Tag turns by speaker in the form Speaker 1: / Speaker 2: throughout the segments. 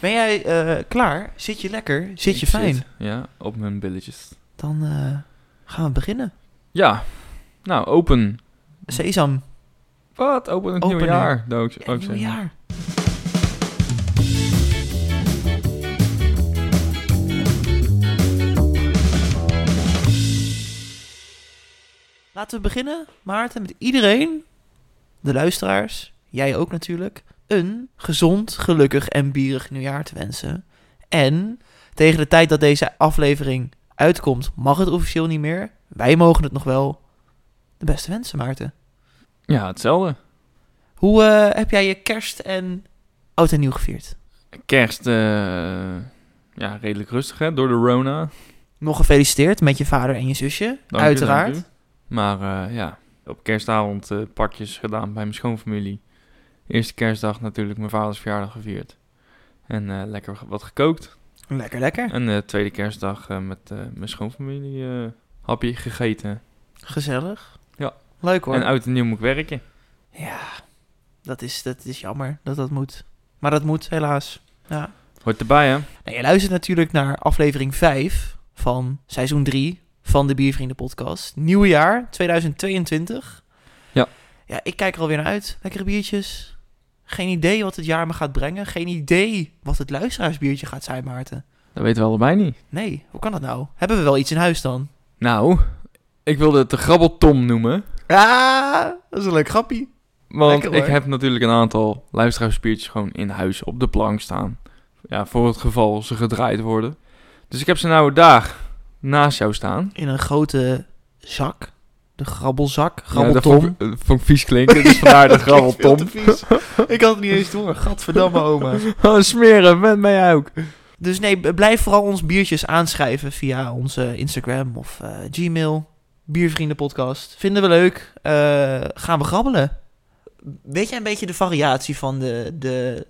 Speaker 1: Ben jij eh, klaar? Zit je lekker? Zit je
Speaker 2: Ik
Speaker 1: fijn?
Speaker 2: ja, op mijn billetjes.
Speaker 1: Dan eh, gaan we beginnen.
Speaker 2: Ja, nou, open.
Speaker 1: Sesam,
Speaker 2: Wat? Open het
Speaker 1: Open
Speaker 2: nieuwe
Speaker 1: nu.
Speaker 2: jaar. Dood.
Speaker 1: het nieuwe jaar. Laten we beginnen, Maarten, met iedereen, de luisteraars, jij ook natuurlijk, een gezond, gelukkig en bierig nieuwjaar te wensen. En tegen de tijd dat deze aflevering uitkomt, mag het officieel niet meer. Wij mogen het nog wel. De beste wensen, Maarten.
Speaker 2: Ja, hetzelfde.
Speaker 1: Hoe eh, heb jij je kerst en oud en nieuw gevierd?
Speaker 2: Kerst, eh, ja, redelijk rustig hè, door de Rona.
Speaker 1: Nog gefeliciteerd met je vader en je zusje,
Speaker 2: Dank u,
Speaker 1: uiteraard.
Speaker 2: dank u. Maar eh, ja, op kerstavond eh, pakjes gedaan bij mijn schoonfamilie. Eerste kerstdag natuurlijk mijn vaders verjaardag gevierd. En eh, lekker wat gekookt.
Speaker 1: Lekker, lekker.
Speaker 2: En de tweede kerstdag eh, met eh, mijn schoonfamilie eh, hapje gegeten.
Speaker 1: Gezellig.
Speaker 2: Ja.
Speaker 1: Leuk hoor.
Speaker 2: En uit en nieuw moet ik werken.
Speaker 1: Ja, dat is, dat is jammer dat dat moet. Maar dat moet, helaas. Ja.
Speaker 2: Hoort erbij hè.
Speaker 1: Nou, je luistert natuurlijk naar aflevering 5 van seizoen 3 van de Biervrienden podcast. Nieuwe jaar, 2022.
Speaker 2: Ja.
Speaker 1: Ja, ik kijk er alweer naar uit. Lekkere biertjes. Geen idee wat het jaar me gaat brengen. Geen idee wat het luisteraarsbiertje gaat zijn, Maarten.
Speaker 2: Dat weten we allebei niet.
Speaker 1: Nee, hoe kan dat nou? Hebben we wel iets in huis dan?
Speaker 2: Nou, ik wilde het de grabbeltom noemen.
Speaker 1: Ah, dat is een leuk grappie.
Speaker 2: Want
Speaker 1: Lekker,
Speaker 2: ik
Speaker 1: hoor.
Speaker 2: heb natuurlijk een aantal luisteraarsbiertjes gewoon in huis op de plank staan. Ja, voor het geval ze gedraaid worden. Dus ik heb ze nou daar naast jou staan.
Speaker 1: In een grote zak. De grabbelzak.
Speaker 2: dat
Speaker 1: Grabbeltom.
Speaker 2: vond ik- eh, vond ik vies klinken, dus vandaar de grabbeltom.
Speaker 1: ik had het niet eens door. Gadverdamme, oma.
Speaker 2: Oh, smeren, met mij ook.
Speaker 1: Dus nee, b- blijf vooral ons biertjes aanschrijven via onze Instagram of eh, Gmail. Biervriendenpodcast. Vinden we leuk. Eh, gaan we grabbelen. Weet jij een beetje de variatie van de, de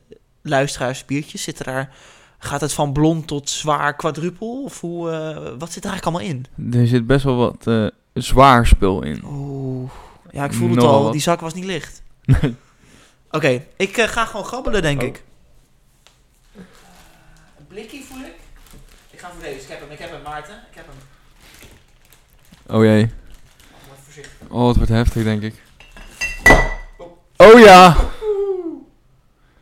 Speaker 1: luisteraarsbiertjes? Zit er daar, gaat het van blond tot zwaar quadrupel? Of hoe, eh, wat zit er eigenlijk allemaal in?
Speaker 2: Er zit best wel wat eh, zwaar spul in.
Speaker 1: Oeh. Ja, ik voel het
Speaker 2: Nogal
Speaker 1: al.
Speaker 2: wat.
Speaker 1: Die zak was niet licht.
Speaker 2: Nee.
Speaker 1: Oké, ik eh, ga gewoon grabbelen, denk
Speaker 2: Oh.
Speaker 1: ik. Een blikkie voel ik. Ik ga voor deze. Ik heb hem, ik heb hem, Maarten. Ik heb hem.
Speaker 2: Oh jee.
Speaker 1: Oh, maar voorzichtig.
Speaker 2: Oh, het wordt heftig, denk ik. Oh ja,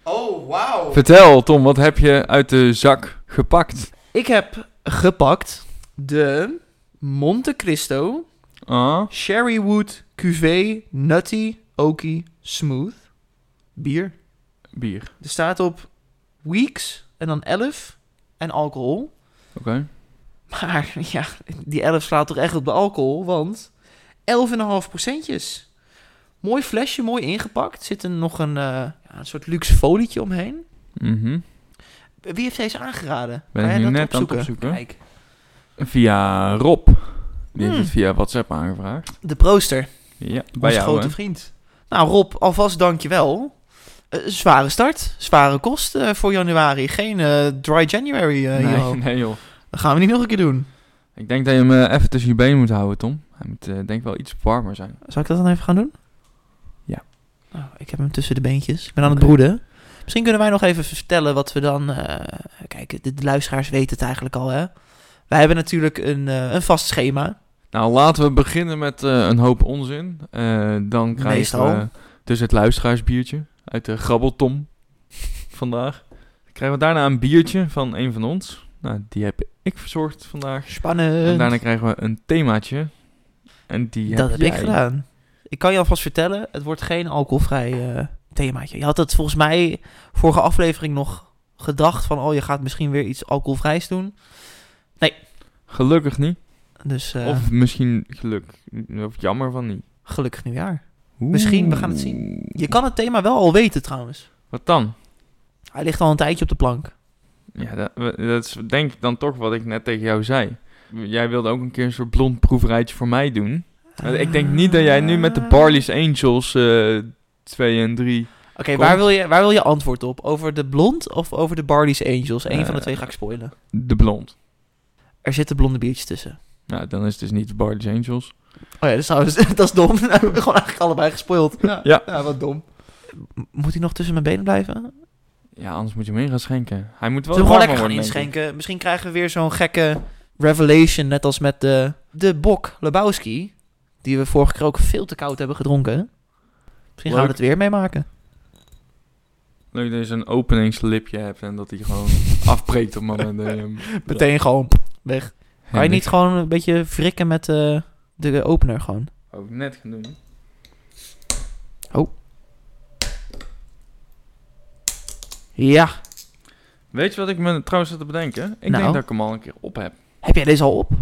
Speaker 1: Oh, wauw.
Speaker 2: vertel Tom, wat heb je uit de zak gepakt?
Speaker 1: Ik heb gepakt de Monte Cristo
Speaker 2: Ah,
Speaker 1: Sherrywood Cuvée Nutty Oaky Smooth bier.
Speaker 2: bier.
Speaker 1: Er staat op weeks en dan 11 en alcohol.
Speaker 2: Oké.
Speaker 1: Maar ja, die 11 slaat toch echt op de alcohol, want 11,5 procentjes. Mooi flesje, mooi ingepakt. Zit er nog een, eh, ja, een soort luxe folietje omheen.
Speaker 2: Mhm.
Speaker 1: Wie heeft deze aangeraden? Kan
Speaker 2: Ben ik
Speaker 1: jij
Speaker 2: nu
Speaker 1: dat
Speaker 2: net aan het opzoeken.
Speaker 1: Kijk,
Speaker 2: Via Rob. Die heeft
Speaker 1: Hmm.
Speaker 2: het via WhatsApp aangevraagd.
Speaker 1: de prooster,
Speaker 2: Ja, bij
Speaker 1: onze
Speaker 2: jou,
Speaker 1: grote
Speaker 2: hè?
Speaker 1: vriend. Nou Rob, alvast dankjewel. Eh zware start, zware kosten voor januari. Geen eh, dry January, eh
Speaker 2: nee,
Speaker 1: Jero.
Speaker 2: nee, joh.
Speaker 1: Dat gaan we niet nog een keer doen.
Speaker 2: Ik denk dat je hem eh, even tussen je benen moet houden, Tom. Hij moet eh, denk ik wel iets warmer zijn.
Speaker 1: Zal ik dat dan even gaan doen?
Speaker 2: Ja.
Speaker 1: Nou, ik heb hem tussen de beentjes. Ik ben aan het
Speaker 2: Oké.
Speaker 1: broeden. Misschien kunnen wij nog even vertellen wat we dan... eh, kijk, de, de luisteraars weten het eigenlijk al, hè? Wij hebben natuurlijk een, eh, een vast schema.
Speaker 2: Nou, laten we beginnen met eh, een hoop onzin. Eh, dan krijgen
Speaker 1: Meestal.
Speaker 2: we dus het luisteraarsbiertje uit de Grabbeltom vandaag. Dan krijgen we daarna een biertje van een van ons. Nou, die heb ik verzorgd vandaag. En
Speaker 1: Spannend.
Speaker 2: daarna krijgen we een themaatje. En die
Speaker 1: dat heb ik
Speaker 2: jij.
Speaker 1: gedaan. Ik kan je alvast vertellen, het wordt geen alcoholvrij eh, themaatje. Je had het volgens mij vorige aflevering nog gedacht van... oh, je gaat misschien weer iets alcoholvrijs doen.
Speaker 2: Gelukkig niet.
Speaker 1: Dus eh,
Speaker 2: Of misschien geluk. Of jammer van niet.
Speaker 1: gelukkig nieuwjaar. Misschien, we gaan het
Speaker 2: zien.
Speaker 1: Je kan het thema wel al weten trouwens.
Speaker 2: Wat dan?
Speaker 1: Hij ligt al een tijdje op de plank.
Speaker 2: Ja, dat, we- dat is denk ik dan toch wat ik net tegen jou zei. Jij wilde ook een keer een soort blond proeverijtje voor mij doen. Maar Ik denk niet dat jij nu met
Speaker 1: Ah.
Speaker 2: de Barley's Angels eh 2 en 3...
Speaker 1: Oké,
Speaker 2: komt.
Speaker 1: waar, wil je- waar wil je antwoord op? Over de blond of over de Barley's Angels? Eén van de
Speaker 2: Eh.
Speaker 1: twee ga ik spoilen.
Speaker 2: De blond.
Speaker 1: Er zitten blonde biertjes tussen.
Speaker 2: Nou, dan is het dus niet de Barley's Angels.
Speaker 1: Oh ja, dat is, trouwens- dat is dom. We hebben gewoon eigenlijk allebei gespoild.
Speaker 2: Ja.
Speaker 1: wat dom. Moet hij nog tussen mijn benen blijven?
Speaker 2: Ja, anders moet je hem in gaan schenken. Hij moet wel
Speaker 1: Zullen we gewoon lekker
Speaker 2: warmer
Speaker 1: gaan
Speaker 2: worden, denk ik.
Speaker 1: inschenken? Misschien krijgen we weer zo'n gekke revelation, net als met de, de bok Lebowski, die we vorige keer ook veel te koud hebben gedronken. Misschien gaan we
Speaker 2: Leuk.
Speaker 1: het weer meemaken.
Speaker 2: Leuk dat je zo'n openingslipje hebt en dat hij gewoon afbreekt op het moment dat je hem...
Speaker 1: Meteen gewoon weg. Kan je niet gewoon een beetje wrikken met eh, de opener gewoon?
Speaker 2: Ook Oh, net gaan doen.
Speaker 1: Ja.
Speaker 2: Weet je wat ik me trouwens zat te bedenken? Ik
Speaker 1: Nou.
Speaker 2: denk dat ik hem al een keer op heb.
Speaker 1: Heb jij deze al op?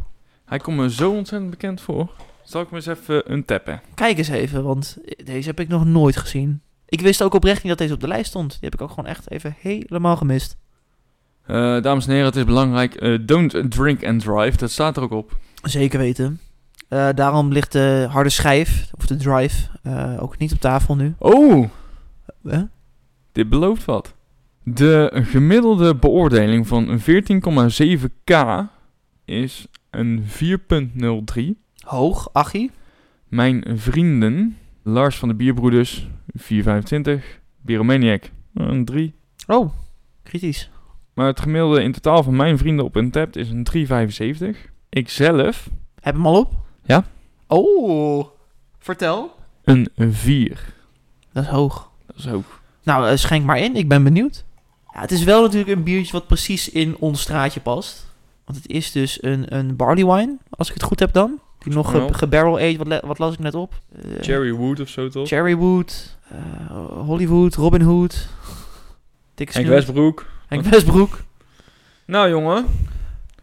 Speaker 2: Hij komt me zo ontzettend bekend voor. Zal ik hem eens even eh, untappen?
Speaker 1: Kijk eens even, want deze heb ik nog nooit gezien. Ik wist ook oprecht niet dat deze op de lijst stond. Die heb ik ook gewoon echt even helemaal gemist.
Speaker 2: Eh, dames en heren, het is belangrijk. eh, don't drink and drive. Dat staat er ook op.
Speaker 1: Zeker weten. Eh, daarom ligt de harde schijf, of de drive, eh, ook niet op tafel nu.
Speaker 2: Oh,
Speaker 1: Hè?
Speaker 2: dit belooft wat. De gemiddelde beoordeling van 14,7k is een 4,03.
Speaker 1: Hoog, Achie.
Speaker 2: Mijn vrienden, Lars van de Bierbroeders, 4,25. Bieromaniac, een 3.
Speaker 1: Oh, kritisch.
Speaker 2: Maar het gemiddelde in totaal van mijn vrienden op Untapped is een 3,75. Ikzelf
Speaker 1: Heb hem al op?
Speaker 2: Ja.
Speaker 1: Oh, vertel.
Speaker 2: een 4.
Speaker 1: Dat is hoog.
Speaker 2: Dat is ook.
Speaker 1: Nou, eh, schenk maar in. Ik ben benieuwd. Ja, het is wel natuurlijk een biertje wat precies in ons straatje past. Want het is dus een, een barley wine, als ik het goed heb dan. Die nog
Speaker 2: Wel.
Speaker 1: ge- gebarrel aged, wat, le- wat las ik net op? Eh,
Speaker 2: Cherry Wood of zo toch?
Speaker 1: Cherrywood, eh, Hollywood, Robin Hood. Dikke
Speaker 2: Henk
Speaker 1: Snoep,
Speaker 2: Westbroek.
Speaker 1: Henk Westbroek.
Speaker 2: Nou jongen.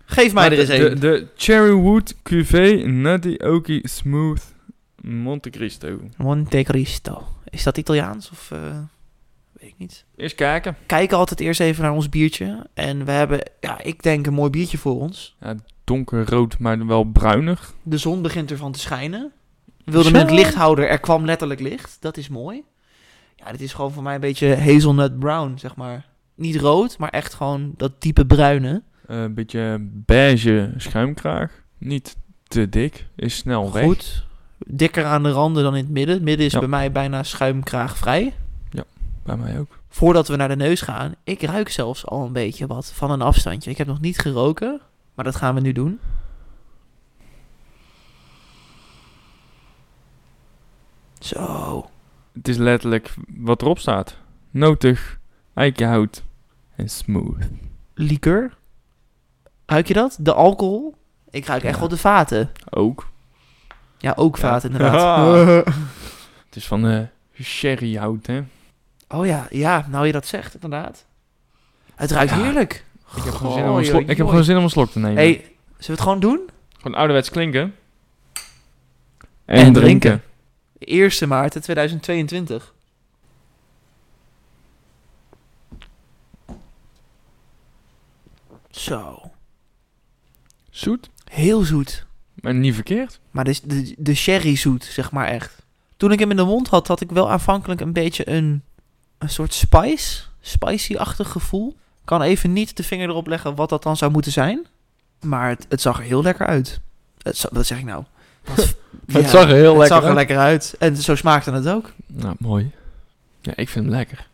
Speaker 1: Geef mij er eens
Speaker 2: de, de,
Speaker 1: een.
Speaker 2: de Cherry Wood Cuvée Nutty Oaky Smooth Monte Cristo.
Speaker 1: Monte Cristo. Is dat Italiaans of... eh, weet ik niet.
Speaker 2: Eerst kijken.
Speaker 1: kijken altijd eerst even naar ons biertje. En we hebben, ja, ik denk een mooi biertje voor ons.
Speaker 2: Donkerrood, maar wel bruinig.
Speaker 1: De zon begint ervan te schijnen. We wilden het
Speaker 2: Zo.
Speaker 1: lichthouder, er kwam letterlijk licht. Dat is mooi. Ja, dit is gewoon voor mij een beetje hazelnut brown, zeg maar. Niet rood, maar echt gewoon dat diepe bruine.
Speaker 2: Eh, Een beetje beige schuimkraag. Niet te dik. Is snel weg.
Speaker 1: Goed. Dikker aan de randen dan in het midden. Het midden is
Speaker 2: Ja.
Speaker 1: bij mij bijna schuimkraagvrij.
Speaker 2: Bij mij ook.
Speaker 1: Voordat we naar de neus gaan, ik ruik zelfs al een beetje wat van een afstandje. Ik heb nog niet geroken, maar dat gaan we nu doen. Zo.
Speaker 2: Het is letterlijk wat erop staat. Notig, eikenhout en smooth.
Speaker 1: Liqueur. Ruik je dat? De alcohol? Ik ruik echt
Speaker 2: Ja.
Speaker 1: wel de vaten.
Speaker 2: Ook.
Speaker 1: Ja, ook
Speaker 2: Ja.
Speaker 1: vaten inderdaad.
Speaker 2: Ja. Het is van eh sherryhout hè.
Speaker 1: oh ja, ja, nou je dat zegt inderdaad. Het ruikt
Speaker 2: Ja.
Speaker 1: heerlijk.
Speaker 2: Ik heb gewoon zin om een slok- ik heb gewoon zin om een slok te nemen.
Speaker 1: hey, zullen we het gewoon doen?
Speaker 2: Gewoon ouderwets klinken.
Speaker 1: En drinken. 1 maart 2022. Zo.
Speaker 2: Zoet,
Speaker 1: Heel zoet.
Speaker 2: maar niet verkeerd.
Speaker 1: Maar de, de, de sherry zoet, zeg maar echt. Toen ik hem in de mond had, had ik wel aanvankelijk een beetje een, een soort spice. Spicy-achtig gevoel. Kan even niet de vinger erop leggen wat dat dan zou moeten zijn. Maar het, het zag er heel lekker uit. Het, za- wat zeg ik nou? Wat- Ja,
Speaker 2: er heel
Speaker 1: het zag er lekker uit. En zo smaakte het ook.
Speaker 2: Nou, mooi. Ja, ik vind hem lekker.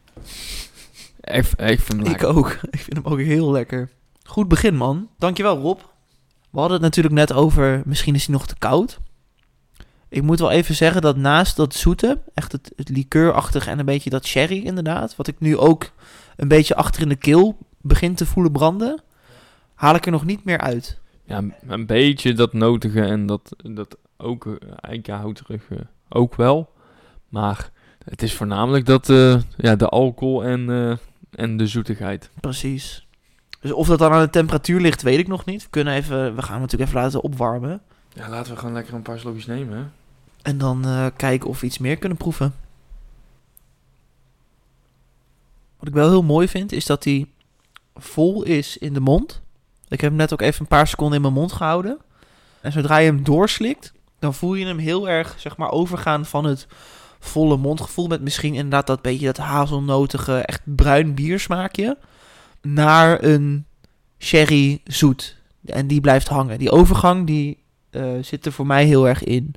Speaker 2: Ik, v- ik vind hem
Speaker 1: Ik
Speaker 2: lekker.
Speaker 1: ook. Ik vind hem ook heel lekker. Goed begin, man. Dankjewel, Rob. We hadden het natuurlijk net over, misschien is hij nog te koud. Ik moet wel even zeggen dat naast dat zoete, echt het, het likeurachtige en een beetje dat sherry inderdaad, wat ik nu ook een beetje achter in de keel begin te voelen branden, haal ik er nog niet meer uit.
Speaker 2: Ja, een- een beetje dat notige en dat, dat ook eh, eikenhouterige ook wel. Maar het is voornamelijk dat, eh, ja, de alcohol en, eh, en de zoetigheid.
Speaker 1: Precies. Dus of dat dan aan de temperatuur ligt, weet ik nog niet. We, kunnen even, we gaan hem natuurlijk even laten opwarmen.
Speaker 2: Ja, laten we gewoon lekker een paar slokjes nemen, hè.
Speaker 1: En dan eh, kijken of we iets meer kunnen proeven. Wat ik wel heel mooi vind, is dat hij vol is in de mond. Ik heb hem net ook even een paar seconden in mijn mond gehouden. En zodra je hem doorslikt, dan voel je hem heel erg, zeg maar, overgaan van het volle mondgevoel. Met misschien inderdaad dat beetje dat hazelnotige, echt bruin biersmaakje. Naar een sherry zoet. En die blijft hangen. Die overgang, die eh, zit er voor mij heel erg in.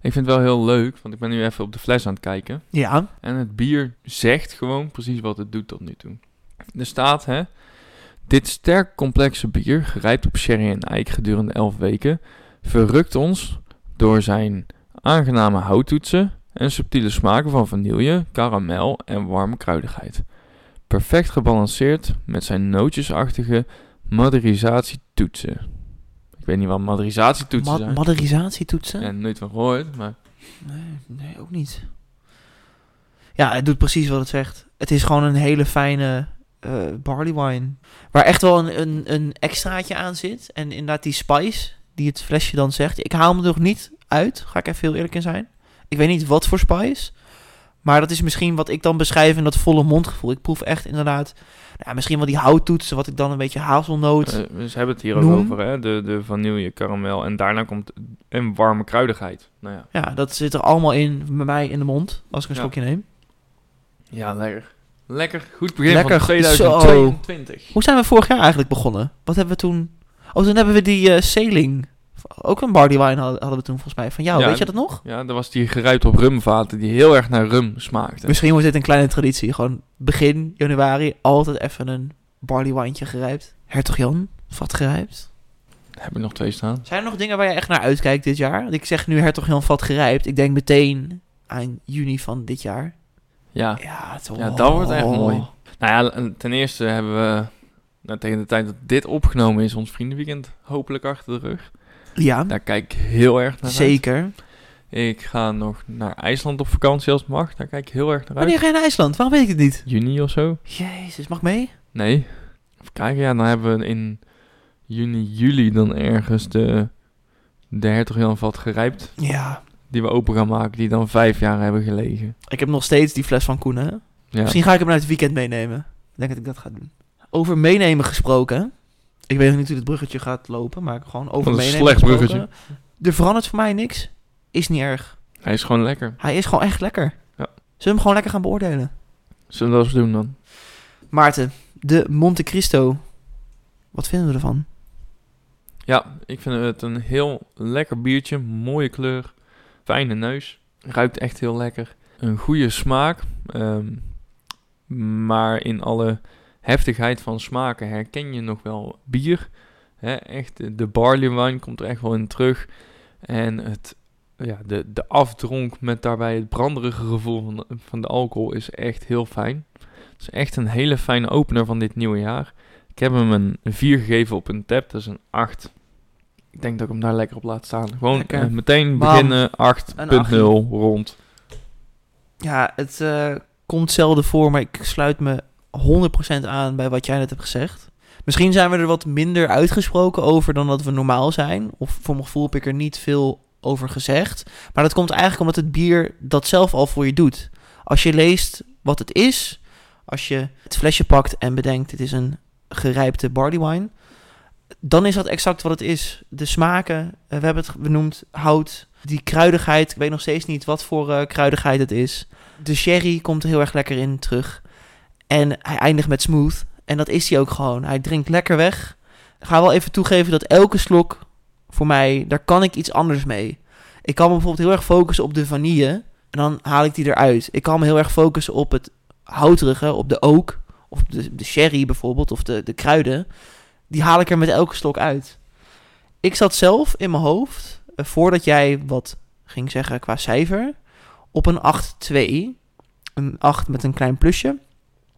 Speaker 2: Ik vind het wel heel leuk, want ik ben nu even op de fles aan het kijken.
Speaker 1: Ja,
Speaker 2: En het bier zegt gewoon precies wat het doet tot nu toe. Er staat, hè. Dit sterk complexe bier, gerijpt op sherry en eik gedurende 11 weken, verrukt ons door zijn aangename houttoetsen en subtiele smaken van vanille, karamel en warme kruidigheid. Perfect gebalanceerd met zijn nootjesachtige maderisatietoetsen. Ik weet niet wat maderisatietoetsen
Speaker 1: Ma-
Speaker 2: zijn.
Speaker 1: Maderisatietoetsen?
Speaker 2: Ja, nooit van gehoord, maar...
Speaker 1: Nee, nee, ook niet. Ja, het doet precies wat het zegt. Het is gewoon een hele fijne eh, barley wine. Waar echt wel een, een, een extraatje aan zit. En inderdaad die spice die het flesje dan zegt. Ik haal hem er nog niet uit, ga ik even heel eerlijk in zijn. Ik weet niet wat voor spice. Maar dat is misschien wat ik dan beschrijf in dat volle mondgevoel. Ik proef echt inderdaad, nou, ja, misschien wel die houttoetsen, wat ik dan een beetje hazelnoot.
Speaker 2: Eh, ze hebben het hier ook
Speaker 1: Noem.
Speaker 2: over, hè? De, de vanille, karamel en daarna komt een warme kruidigheid. Nou ja,
Speaker 1: ja, dat zit er allemaal in bij mij in de mond als ik een
Speaker 2: Ja.
Speaker 1: slokje neem.
Speaker 2: ja lekker. Lekker, goed begin
Speaker 1: Lekker,
Speaker 2: van
Speaker 1: zo.
Speaker 2: 2022.
Speaker 1: Hoe zijn we vorig jaar eigenlijk begonnen? Wat hebben we toen? Oh, toen hebben we die eh Sailing. Ook een barley wine hadden hadden we toen volgens mij. Van jou,
Speaker 2: Ja,
Speaker 1: weet je dat nog?
Speaker 2: Ja, daar was die geruit op rumvaten die heel erg naar rum smaakte.
Speaker 1: Misschien wordt dit een kleine traditie. Gewoon begin januari altijd even een barley winetje gerijpt. Hertog Jan, vat gerijpt.
Speaker 2: Heb ik nog twee staan?
Speaker 1: Zijn er nog dingen waar je echt naar uitkijkt dit jaar? Want ik zeg nu Hertog Jan, vat gerijpt. Ik denk meteen aan juni van dit jaar.
Speaker 2: Ja.
Speaker 1: Ja, toch.
Speaker 2: Ja, dat wordt echt mooi. Nou ja, ten eerste hebben we nou, tegen de tijd dat dit opgenomen is, ons vriendenweekend hopelijk achter de rug.
Speaker 1: Ja,
Speaker 2: Daar kijk ik heel erg naar uit.
Speaker 1: zeker.
Speaker 2: Ik ga nog naar IJsland op vakantie als het mag. Daar kijk ik heel erg naar uit.
Speaker 1: Wanneer ga je naar IJsland? Waarom weet ik het niet?
Speaker 2: Juni of zo.
Speaker 1: Jezus, mag ik mee?
Speaker 2: Nee. Even kijken, ja, dan hebben we in juni, juli dan ergens de, de hertog Jan vat gerijpt.
Speaker 1: Ja.
Speaker 2: Die we open gaan maken, die dan vijf jaar hebben gelegen.
Speaker 1: Ik heb nog steeds die fles van Koen, hè?
Speaker 2: Ja.
Speaker 1: Misschien ga ik hem uit het weekend meenemen. Ik denk dat ik dat ga doen. Over meenemen gesproken. Ik weet nog niet hoe dit bruggetje gaat lopen, maar gewoon over
Speaker 2: Wat een
Speaker 1: meenemen
Speaker 2: slecht
Speaker 1: gesproken.
Speaker 2: bruggetje.
Speaker 1: Er verandert voor mij niks. Is niet erg.
Speaker 2: Hij is gewoon lekker.
Speaker 1: Hij is gewoon echt lekker.
Speaker 2: Ja.
Speaker 1: Zullen we hem gewoon lekker gaan beoordelen?
Speaker 2: Zullen we dat eens doen dan?
Speaker 1: Maarten, de Monte Cristo. Wat vinden we ervan?
Speaker 2: Ja, ik vind het een heel lekker biertje. Mooie kleur. Fijne neus. Ruikt echt heel lekker. Een goede smaak. ehm, maar in alle heftigheid van smaken herken je nog wel bier. Hè, echt, eh, de barley wine komt er echt wel in terug. En het, ja, de, de afdronk met daarbij het branderige gevoel van de, van de alcohol is echt heel fijn. Het is echt een hele fijne opener van dit nieuwe jaar. Ik heb hem een 4 gegeven op een tap, dat is een 8. Ik denk dat ik hem daar lekker op laat staan. Gewoon
Speaker 1: Lekker.
Speaker 2: eh, meteen
Speaker 1: Bam.
Speaker 2: beginnen, 8.0
Speaker 1: achtje.
Speaker 2: rond.
Speaker 1: Ja, het eh, komt zelden voor, maar ik sluit me 100% aan bij wat jij net hebt gezegd. Misschien zijn we er wat minder uitgesproken over dan dat we normaal zijn. Of voor mijn gevoel heb ik er niet veel over gezegd. Maar dat komt eigenlijk omdat het bier dat zelf al voor je doet. Als je leest wat het is, als je het flesje pakt en bedenkt het is een gerijpte barley wine, dan is dat exact wat het is. De smaken, eh, we hebben het benoemd, hout, die kruidigheid, ik weet nog steeds niet wat voor eh, kruidigheid het is. De sherry komt er heel erg lekker in terug. En hij eindigt met smooth. En dat is hij ook gewoon. Hij drinkt lekker weg. Ik ga wel even toegeven dat elke slok voor mij, daar kan ik iets anders mee. Ik kan me bijvoorbeeld heel erg focussen op de vanille. En dan haal ik die eruit. Ik kan me heel erg focussen op het houterige, op de oak. Of de, de sherry bijvoorbeeld, of de, de kruiden. Die haal ik er met elke slok uit. Ik zat zelf in mijn hoofd, eh, voordat jij wat ging zeggen qua cijfer, op een 8-2. Een 8 met een klein plusje.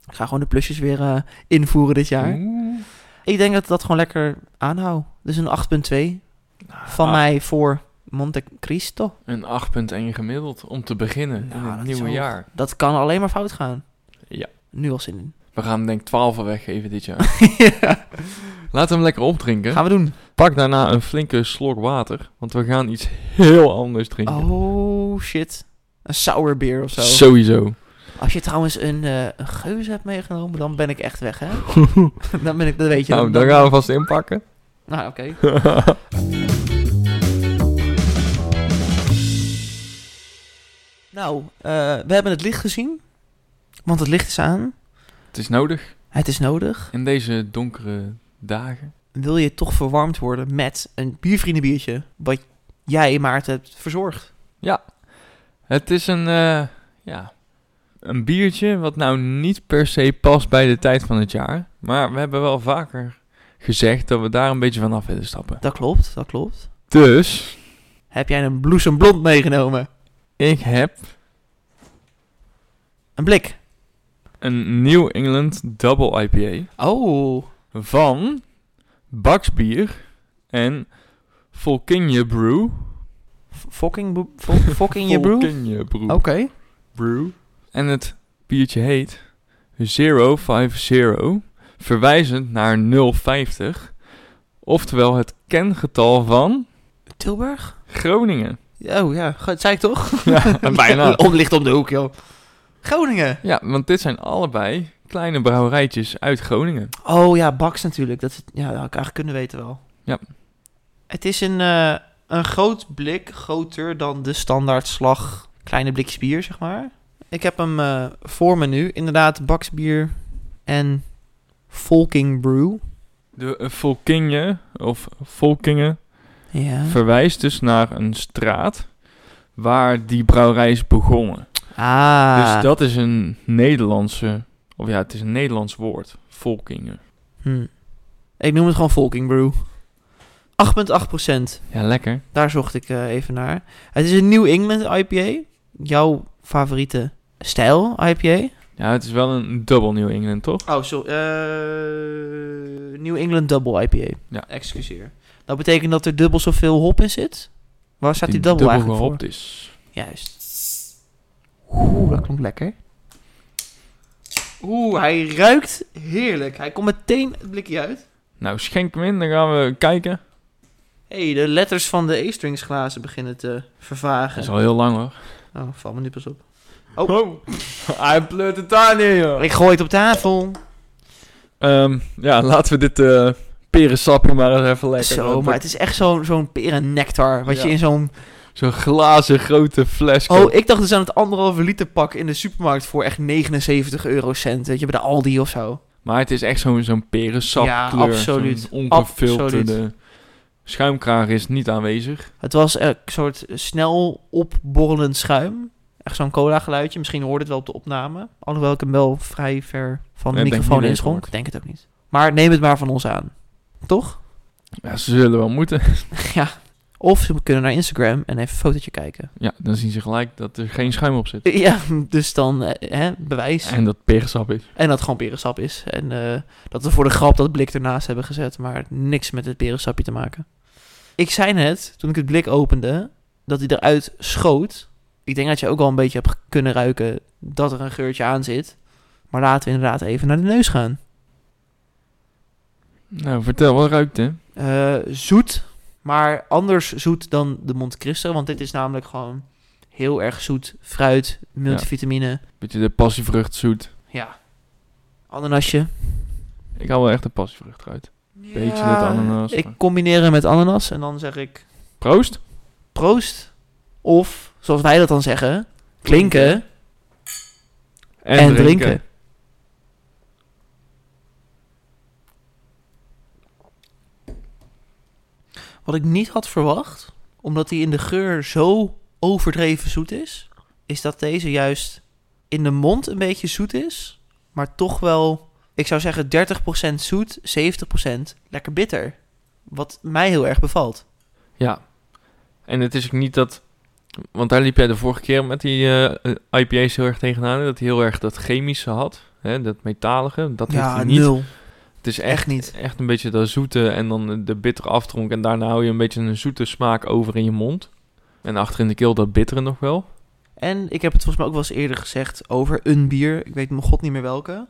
Speaker 1: Ik ga gewoon de plusjes weer eh, invoeren dit jaar.
Speaker 2: Oeh.
Speaker 1: Ik denk dat ik dat gewoon lekker aanhoud. Dus een 8.2 van
Speaker 2: Ah,
Speaker 1: mij voor Monte Cristo.
Speaker 2: Een 8.1 gemiddeld om te beginnen
Speaker 1: Nou,
Speaker 2: in het
Speaker 1: dat
Speaker 2: nieuwe
Speaker 1: is wel-
Speaker 2: jaar.
Speaker 1: Dat kan alleen maar fout gaan.
Speaker 2: Ja.
Speaker 1: Nu al zin in.
Speaker 2: We gaan hem denk ik 12 weggeven dit jaar. Laten we hem lekker opdrinken.
Speaker 1: Gaan we doen.
Speaker 2: Pak daarna een flinke slok water, want we gaan iets heel anders drinken.
Speaker 1: Oh shit. Een sour beer of zo.
Speaker 2: Sowieso.
Speaker 1: Als je trouwens een, eh een geuze hebt meegenomen, dan ben ik echt weg, hè? dan ben ik, dat weet je.
Speaker 2: nou, daar gaan we vast inpakken.
Speaker 1: Nou, oké. Nou, eh, we hebben het licht gezien. Want het licht is aan.
Speaker 2: het is nodig
Speaker 1: Het is nodig.
Speaker 2: in deze donkere dagen.
Speaker 1: Wil je toch verwarmd worden met een biervriendenbiertje? Wat jij, Maarten, hebt verzorgd.
Speaker 2: Het is een, eh, ja, een biertje wat nou niet per se past bij de tijd van het jaar. Maar we hebben wel vaker gezegd dat we daar een beetje van af willen stappen.
Speaker 1: Dat klopt, dat klopt.
Speaker 2: Dus
Speaker 1: Heb jij een bloesemblond meegenomen?
Speaker 2: ik heb
Speaker 1: Een blik.
Speaker 2: een New England Double IPA
Speaker 1: Oh,
Speaker 2: van Baksbier en Volkinje Brew.
Speaker 1: f- fucking, bo- fo- fucking je broer?
Speaker 2: Volkinje Brew.
Speaker 1: Oké.
Speaker 2: Brew. En het biertje heet 050, verwijzend naar 050. Oftewel het kengetal van
Speaker 1: Tilburg?
Speaker 2: Groningen.
Speaker 1: Oh ja, Go- dat zei ik toch?
Speaker 2: Ja, bijna.
Speaker 1: Om ligt om de hoek, joh. Groningen.
Speaker 2: Ja, want dit zijn allebei kleine brouwerijtjes uit Groningen.
Speaker 1: Oh ja, Baks natuurlijk. Dat, is- ja, dat had ik eigenlijk kunnen weten wel.
Speaker 2: Ja.
Speaker 1: Het is een, eh, een groot blik, groter dan de standaard slag kleine blikjes bier, zeg maar. Ik heb hem eh, voor me nu. Inderdaad, Baks bier en Volking Brew.
Speaker 2: De eh, Volkinje, of Volkingen,
Speaker 1: Ja.
Speaker 2: verwijst dus naar een straat waar die brouwerij is begonnen.
Speaker 1: ah.
Speaker 2: Dus dat is een Nederlandse, of ja, het is een Nederlands woord, Volkingen.
Speaker 1: Hm. Ik noem het gewoon Volking Brew. 8,8%.
Speaker 2: Ja, lekker.
Speaker 1: Daar zocht ik eh, even naar. Het is een New England IPA. Jouw favoriete stijl IPA?
Speaker 2: Ja, het is wel een double New England, toch?
Speaker 1: Oh, sorry. eh, New England Double IPA.
Speaker 2: Ja.
Speaker 1: Excuseer. Dat betekent dat er dubbel zoveel hop in zit? Waar staat die, double, eigenlijk
Speaker 2: gehopt is.
Speaker 1: voor? Juist. Oeh, dat klonk lekker. Oeh, hij ruikt heerlijk. Hij komt meteen het blikje uit.
Speaker 2: Nou, schenk hem in, dan gaan we kijken.
Speaker 1: Hé, hey, de letters van de E-strings glazen beginnen te
Speaker 2: Dat
Speaker 1: vervagen.
Speaker 2: is al heel lang hoor.
Speaker 1: Oh, val me nu pas op.
Speaker 2: Oh, hij pleurt het daar neer, joh.
Speaker 1: Ik gooi het op tafel.
Speaker 2: Ehm, ja, laten we dit eh perensapje maar eens even lekker.
Speaker 1: Zo,
Speaker 2: want
Speaker 1: maar
Speaker 2: dat-
Speaker 1: het is echt zo'n zo'n perennectar. Wat
Speaker 2: Ja.
Speaker 1: je in zo'n...
Speaker 2: Zo'n glazen grote fles.
Speaker 1: Oh, ik dacht dus aan het anderhalve liter pak in de supermarkt voor echt 79 eurocent. Weet je, bij de Aldi of zo.
Speaker 2: Maar het is echt zo'n zo'n perensap
Speaker 1: Ja,
Speaker 2: kleur.
Speaker 1: absoluut.
Speaker 2: Zo'n ongefilterde
Speaker 1: Absoluut.
Speaker 2: schuimkraag is niet aanwezig.
Speaker 1: Het was eh, een soort snel opborrelend schuim. Echt zo'n cola geluidje. Misschien hoorde het wel op de opname. Alhoewel ik hem wel vrij ver van de
Speaker 2: Ik
Speaker 1: microfoon
Speaker 2: denk niet dat je het
Speaker 1: inschonk.
Speaker 2: hoort.
Speaker 1: Ik denk het ook niet. Maar neem het maar van ons aan. Toch?
Speaker 2: Ja, ze zullen wel moeten.
Speaker 1: ja. Of ze kunnen naar Instagram en even een fotootje kijken.
Speaker 2: Ja, dan zien ze gelijk dat er geen schuim op zit.
Speaker 1: Ja, dus dan eh, hè, bewijs.
Speaker 2: En dat perensap is.
Speaker 1: En dat het gewoon perensap is. En eh, dat we voor de grap dat blik ernaast hebben gezet, maar niks met het perensapje te maken. Ik zei net, toen ik het blik opende, dat hij eruit schoot. Ik denk dat je ook al een beetje hebt kunnen ruiken dat er een geurtje aan zit. Maar laten we inderdaad even naar de neus gaan.
Speaker 2: Nou, vertel, wat ruikt hè?
Speaker 1: Eh, zoet, maar anders zoet dan de Monte Cristo. Want dit is namelijk gewoon heel erg zoet. Fruit, multivitamine.
Speaker 2: Beetje de passievrucht zoet.
Speaker 1: Ja. Ananasje.
Speaker 2: Ik haal wel echt de passievrucht uit. Beetje dit ananas.
Speaker 1: Ik combineer hem met ananas en dan zeg ik
Speaker 2: Proost.
Speaker 1: proost. Of, zoals wij dat dan zeggen, klinken en, drinken. Wat ik niet had verwacht, omdat die in de geur zo overdreven zoet is, is dat deze juist in de mond een beetje zoet is, maar toch wel, ik zou zeggen 30% zoet, 70% lekker bitter. Wat mij heel erg bevalt.
Speaker 2: Ja. En het is ook niet dat... Want daar liep jij de vorige keer met die eh, IPA's heel erg tegenaan. Dat hij heel erg dat chemische had. Hè, dat metalige. Dat heeft hij niet.
Speaker 1: nul.
Speaker 2: Het is echt,
Speaker 1: Echt niet.
Speaker 2: echt een beetje dat zoete en dan de bittere aftronk. En daarna hou je een beetje een zoete smaak over in je mond. En achter in de keel dat bittere nog wel.
Speaker 1: En ik heb het volgens mij ook wel eens eerder gezegd over een bier. Ik weet mijn god niet meer welke.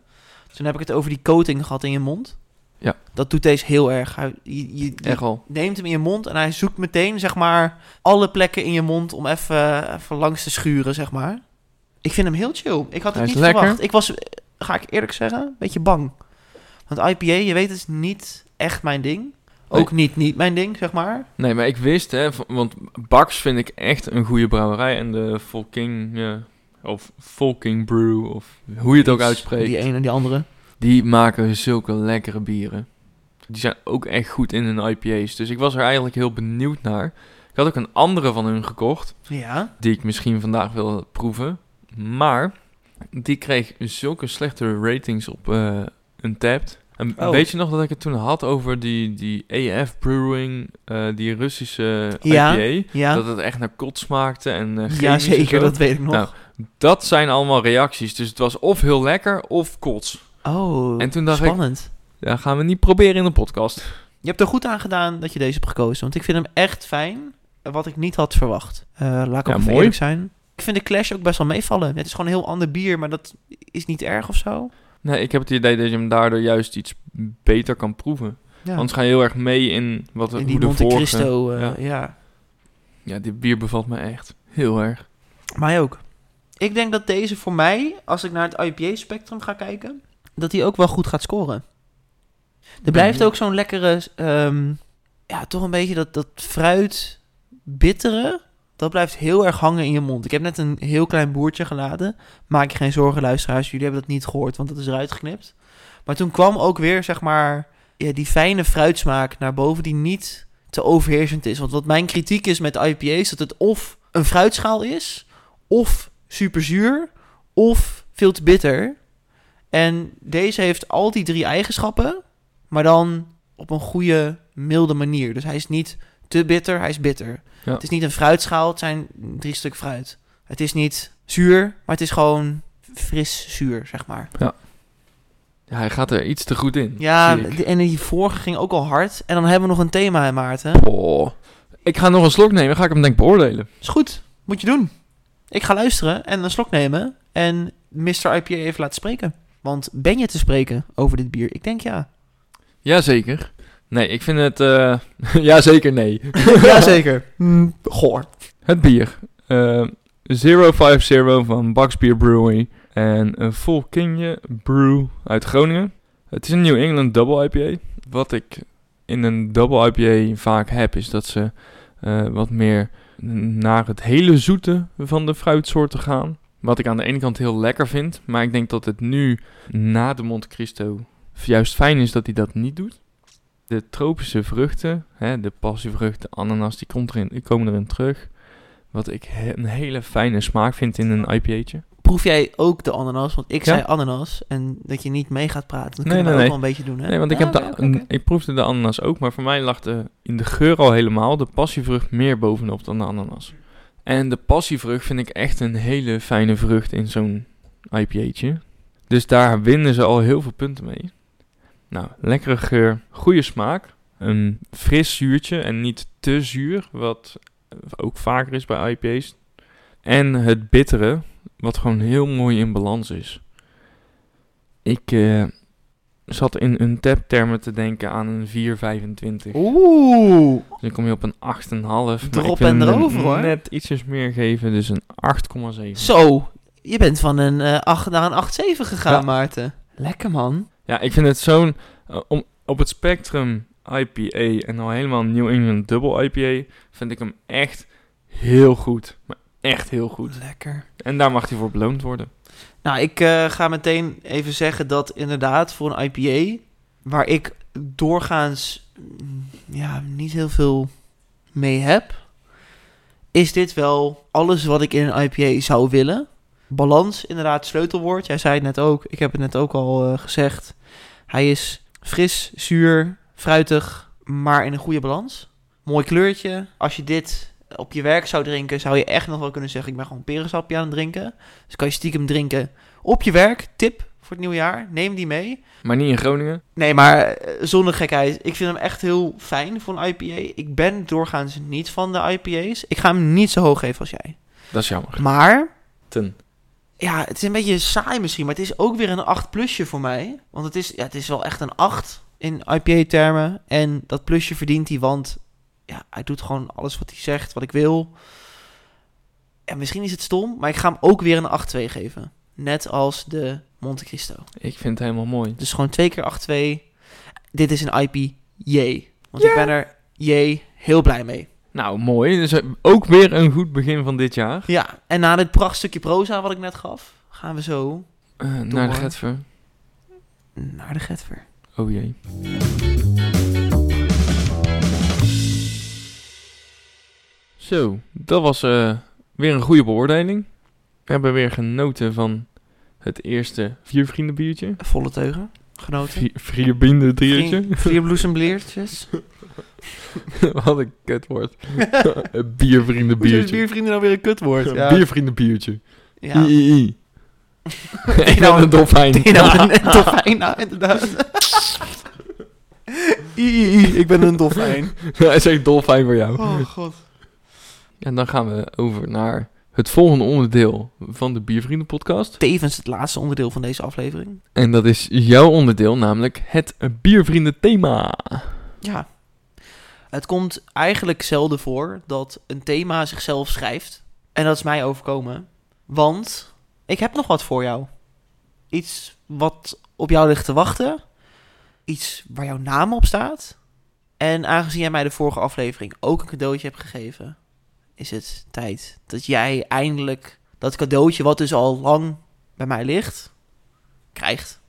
Speaker 1: Toen heb ik het over die coating gehad in je mond.
Speaker 2: Ja.
Speaker 1: Dat doet deze heel erg. Hij- Je, je- je
Speaker 2: Echt al.
Speaker 1: neemt hem in je mond en hij zoekt meteen, zeg maar, alle plekken in je mond om even, even langs te schuren, zeg maar. Ik vind hem heel chill. Ik had het
Speaker 2: Hij is
Speaker 1: niet
Speaker 2: lekker.
Speaker 1: verwacht. Ik was, eh, ga ik eerlijk zeggen, een beetje bang. Want IPA, je weet, het is niet echt mijn ding. Ook niet niet mijn ding, zeg maar.
Speaker 2: Nee, maar ik wist, hè, v- want Baks vind ik echt een goede brouwerij. En de Volking, eh, of Volking Brew, of hoe je het ook
Speaker 1: Iets,
Speaker 2: uitspreekt,
Speaker 1: Dus Die
Speaker 2: die,
Speaker 1: ene en die andere.
Speaker 2: maken zulke lekkere bieren. Die zijn ook echt goed in hun IPA's. Dus ik was er eigenlijk heel benieuwd naar. Ik had ook een andere van hun gekocht,
Speaker 1: Ja.
Speaker 2: die ik misschien vandaag wil proeven. Maar Die kreeg zulke slechte ratings op eh Untapped. En
Speaker 1: Oh.
Speaker 2: Weet je nog dat ik het toen had over die, die AF Brewing, eh, die Russische
Speaker 1: Ja.
Speaker 2: IPA?
Speaker 1: Ja,
Speaker 2: Dat het echt naar kot smaakte en eh
Speaker 1: ja
Speaker 2: chemisch en
Speaker 1: zeker,
Speaker 2: zo.
Speaker 1: dat weet ik nog.
Speaker 2: Nou, dat zijn allemaal reacties. Dus het was of heel lekker of kots.
Speaker 1: oh,
Speaker 2: en toen dacht ik-
Speaker 1: spannend.
Speaker 2: Ja, gaan we niet proberen in de podcast.
Speaker 1: Je hebt er goed aan gedaan dat je deze hebt gekozen. Want ik vind hem echt fijn. eh, Wat ik niet had verwacht. Eh, laat ik
Speaker 2: Ja,
Speaker 1: ook even
Speaker 2: mooi.
Speaker 1: eerlijk zijn. Ik vind de Clash ook best wel meevallen. Het is gewoon een heel ander bier, maar dat is niet erg of zo.
Speaker 2: Nee, ik heb het idee dat je hem daardoor juist iets beter kan proeven.
Speaker 1: Ja.
Speaker 2: Anders ga je heel erg mee in wat
Speaker 1: en
Speaker 2: het
Speaker 1: die
Speaker 2: hoe de
Speaker 1: Monte
Speaker 2: vorige-
Speaker 1: Cristo, eh,
Speaker 2: ja.
Speaker 1: ja.
Speaker 2: Ja, dit bier bevalt me echt heel erg.
Speaker 1: Mij ook. Ik denk dat deze voor mij, als ik naar het IPA-spectrum ga kijken, dat die ook wel goed gaat scoren. Er blijft
Speaker 2: Mhm.
Speaker 1: ook zo'n lekkere, ehm, ja, toch een beetje dat, dat fruit, bittere, dat blijft heel erg hangen in je mond. Ik heb net een heel klein boertje geladen. Maak je geen zorgen, luisteraars, jullie hebben dat niet gehoord, want dat is eruit geknipt. Maar toen kwam ook weer, zeg maar, ja, die fijne fruitsmaak naar boven die niet te overheersend is. Want wat mijn kritiek is met IPA's, dat het of een fruitschaal is of super zuur of veel te bitter. En deze heeft al die drie eigenschappen, maar dan op een goede, milde manier. Dus hij is niet te bitter, hij is bitter.
Speaker 2: Ja.
Speaker 1: Het is niet een fruitschaal, het zijn drie stuk fruit. Het is niet zuur, maar het is gewoon fris zuur, zeg maar.
Speaker 2: Ja, hij gaat er iets te goed in.
Speaker 1: Ja,
Speaker 2: zie ik.
Speaker 1: de- en die vorige ging ook al hard. En dan hebben we nog een thema, hè, Maarten.
Speaker 2: Oh. Ik ga nog een slok nemen, ga ik hem denk ik beoordelen.
Speaker 1: Is goed, moet je doen. Ik ga luisteren en een slok nemen en Mr. IPA even laten spreken. Want ben je te spreken over dit bier? Ik denk ja.
Speaker 2: Jazeker. Nee, ik vind het... eh Jazeker, nee.
Speaker 1: Jazeker. Mm, goor.
Speaker 2: Het bier. Eh, 050 van Baksbier Brewery. En een Volkinje Brew uit Groningen. Het is een New England Double IPA. Wat ik in een Double IPA vaak heb, is dat ze eh, wat meer naar het hele zoete van de fruitsoorten gaan. Wat ik aan de ene kant heel lekker vind. Maar ik denk dat het nu, na de Monte Cristo, juist fijn is dat hij dat niet doet. De tropische vruchten, hè, de passievruchten, ananas, die, komt erin, die komen erin terug. Wat ik he- een hele fijne smaak vind in een IPA'tje.
Speaker 1: Proef jij ook de ananas? Want ik
Speaker 2: Ja.
Speaker 1: zei ananas en dat je niet mee gaat praten. Dat
Speaker 2: Nee,
Speaker 1: kunnen we
Speaker 2: nee,
Speaker 1: ook
Speaker 2: nee.
Speaker 1: wel een beetje doen, hè?
Speaker 2: Nee, want ik,
Speaker 1: Ja,
Speaker 2: heb de,
Speaker 1: oké, oké, oké.
Speaker 2: ik proefde de ananas ook, maar voor mij lag de, in de geur al helemaal de passievrucht meer bovenop dan de ananas. En de passievrucht vind ik echt een hele fijne vrucht in zo'n IPA'tje. Dus daar winnen ze al heel veel punten mee. Nou, lekkere geur, goede smaak. Een fris zuurtje en niet te zuur, wat ook vaker is bij IPA's. En het bittere, wat gewoon heel mooi in balans is. Ik eh, zat in een termen te denken aan een 4,25.
Speaker 1: Oeh.
Speaker 2: Dus dan kom je op een 8,5. maar ik
Speaker 1: Drop
Speaker 2: wil
Speaker 1: en
Speaker 2: hem
Speaker 1: erover, hoor.
Speaker 2: Net ietsjes meer geven, dus een 8,7.
Speaker 1: Zo. Je bent van een eh 8 naar een 8-7 gegaan,
Speaker 2: Ja.
Speaker 1: Maarten. Lekker, man.
Speaker 2: Ja, ik vind het zo'n... eh, om, op het spectrum IPA en al helemaal New England Double IPA... vind ik hem echt heel goed. Maar echt heel goed.
Speaker 1: Lekker.
Speaker 2: En daar mag hij voor beloond worden.
Speaker 1: Nou, ik eh, ga meteen even zeggen dat inderdaad voor een IPA, waar ik doorgaans mm, ja, niet heel veel mee heb, is dit wel alles wat ik in een IPA zou willen. Balans, inderdaad, sleutelwoord. Jij zei het net ook, ik heb het net ook al eh, gezegd. Hij is fris, zuur, fruitig, maar in een goede balans. Mooi kleurtje. Als je dit op je werk zou drinken, zou je echt nog wel kunnen zeggen: Ik ben gewoon perensapje aan het drinken. Dus kan je stiekem drinken op je werk. Tip voor het nieuwjaar. Neem die mee.
Speaker 2: Maar niet in Groningen.
Speaker 1: Nee, maar eh, zonder gekheid. Ik vind hem echt heel fijn voor een IPA. Ik ben doorgaans niet van de IPA's. Ik ga hem niet zo hoog geven als jij.
Speaker 2: Dat is jammer.
Speaker 1: Maar,
Speaker 2: Ten.
Speaker 1: ja, het is een beetje saai misschien. Maar het is ook weer een 8 plusje voor mij. Want het is, ja, het is wel echt een 8 in IPA-termen. En dat plusje verdient hij, want ja, hij doet gewoon alles wat hij zegt, wat ik wil. En misschien is het stom, maar ik ga hem ook weer een 8-2 geven. Net als de Monte Cristo.
Speaker 2: Ik vind het helemaal mooi.
Speaker 1: Dus gewoon twee keer 8-2. Dit is een IP, jee. Want ik ben er, jee, heel blij mee.
Speaker 2: Nou, mooi. Dus eh, ook weer een goed begin van dit jaar.
Speaker 1: Ja, en na dit prachtstukje proza wat ik net gaf, gaan we zo
Speaker 2: Eh, naar
Speaker 1: Door.
Speaker 2: de Getver.
Speaker 1: naar de Getver.
Speaker 2: Oh jee. Zo, dat was eh, weer een goede beoordeling. We hebben weer genoten van het eerste viervriendenbiertje.
Speaker 1: Volle teugen. Genoten.
Speaker 2: Vier- Vierbindendriertje.
Speaker 1: Vier- Vier bloesembleertjes.
Speaker 2: Wat een kutwoord. Een
Speaker 1: Hoezo is
Speaker 2: biervriendenbiertje.
Speaker 1: biervrienden nou weer een kutwoord?
Speaker 2: Een Biervriendenbiertje.
Speaker 1: Ja.
Speaker 2: I-I-I. Ik ben
Speaker 1: nou
Speaker 2: een dolfijn.
Speaker 1: Ik ben nou een dolfijn, nou, inderdaad. I, I, I, ik ben een dolfijn.
Speaker 2: Hij zegt dolfijn voor jou.
Speaker 1: Oh god.
Speaker 2: En dan gaan we over naar het volgende onderdeel van de Biervrienden podcast.
Speaker 1: Tevens het laatste onderdeel van deze aflevering.
Speaker 2: En dat is jouw onderdeel, namelijk het Biervrienden thema.
Speaker 1: Ja. Het komt eigenlijk zelden voor dat een thema zichzelf schrijft. En dat is mij overkomen. Want ik heb nog wat voor jou. Iets wat op jou ligt te wachten. Iets waar jouw naam op staat. En aangezien jij mij de vorige aflevering ook een cadeautje hebt gegeven, is het tijd dat jij eindelijk dat cadeautje, wat dus al lang bij mij ligt, krijgt.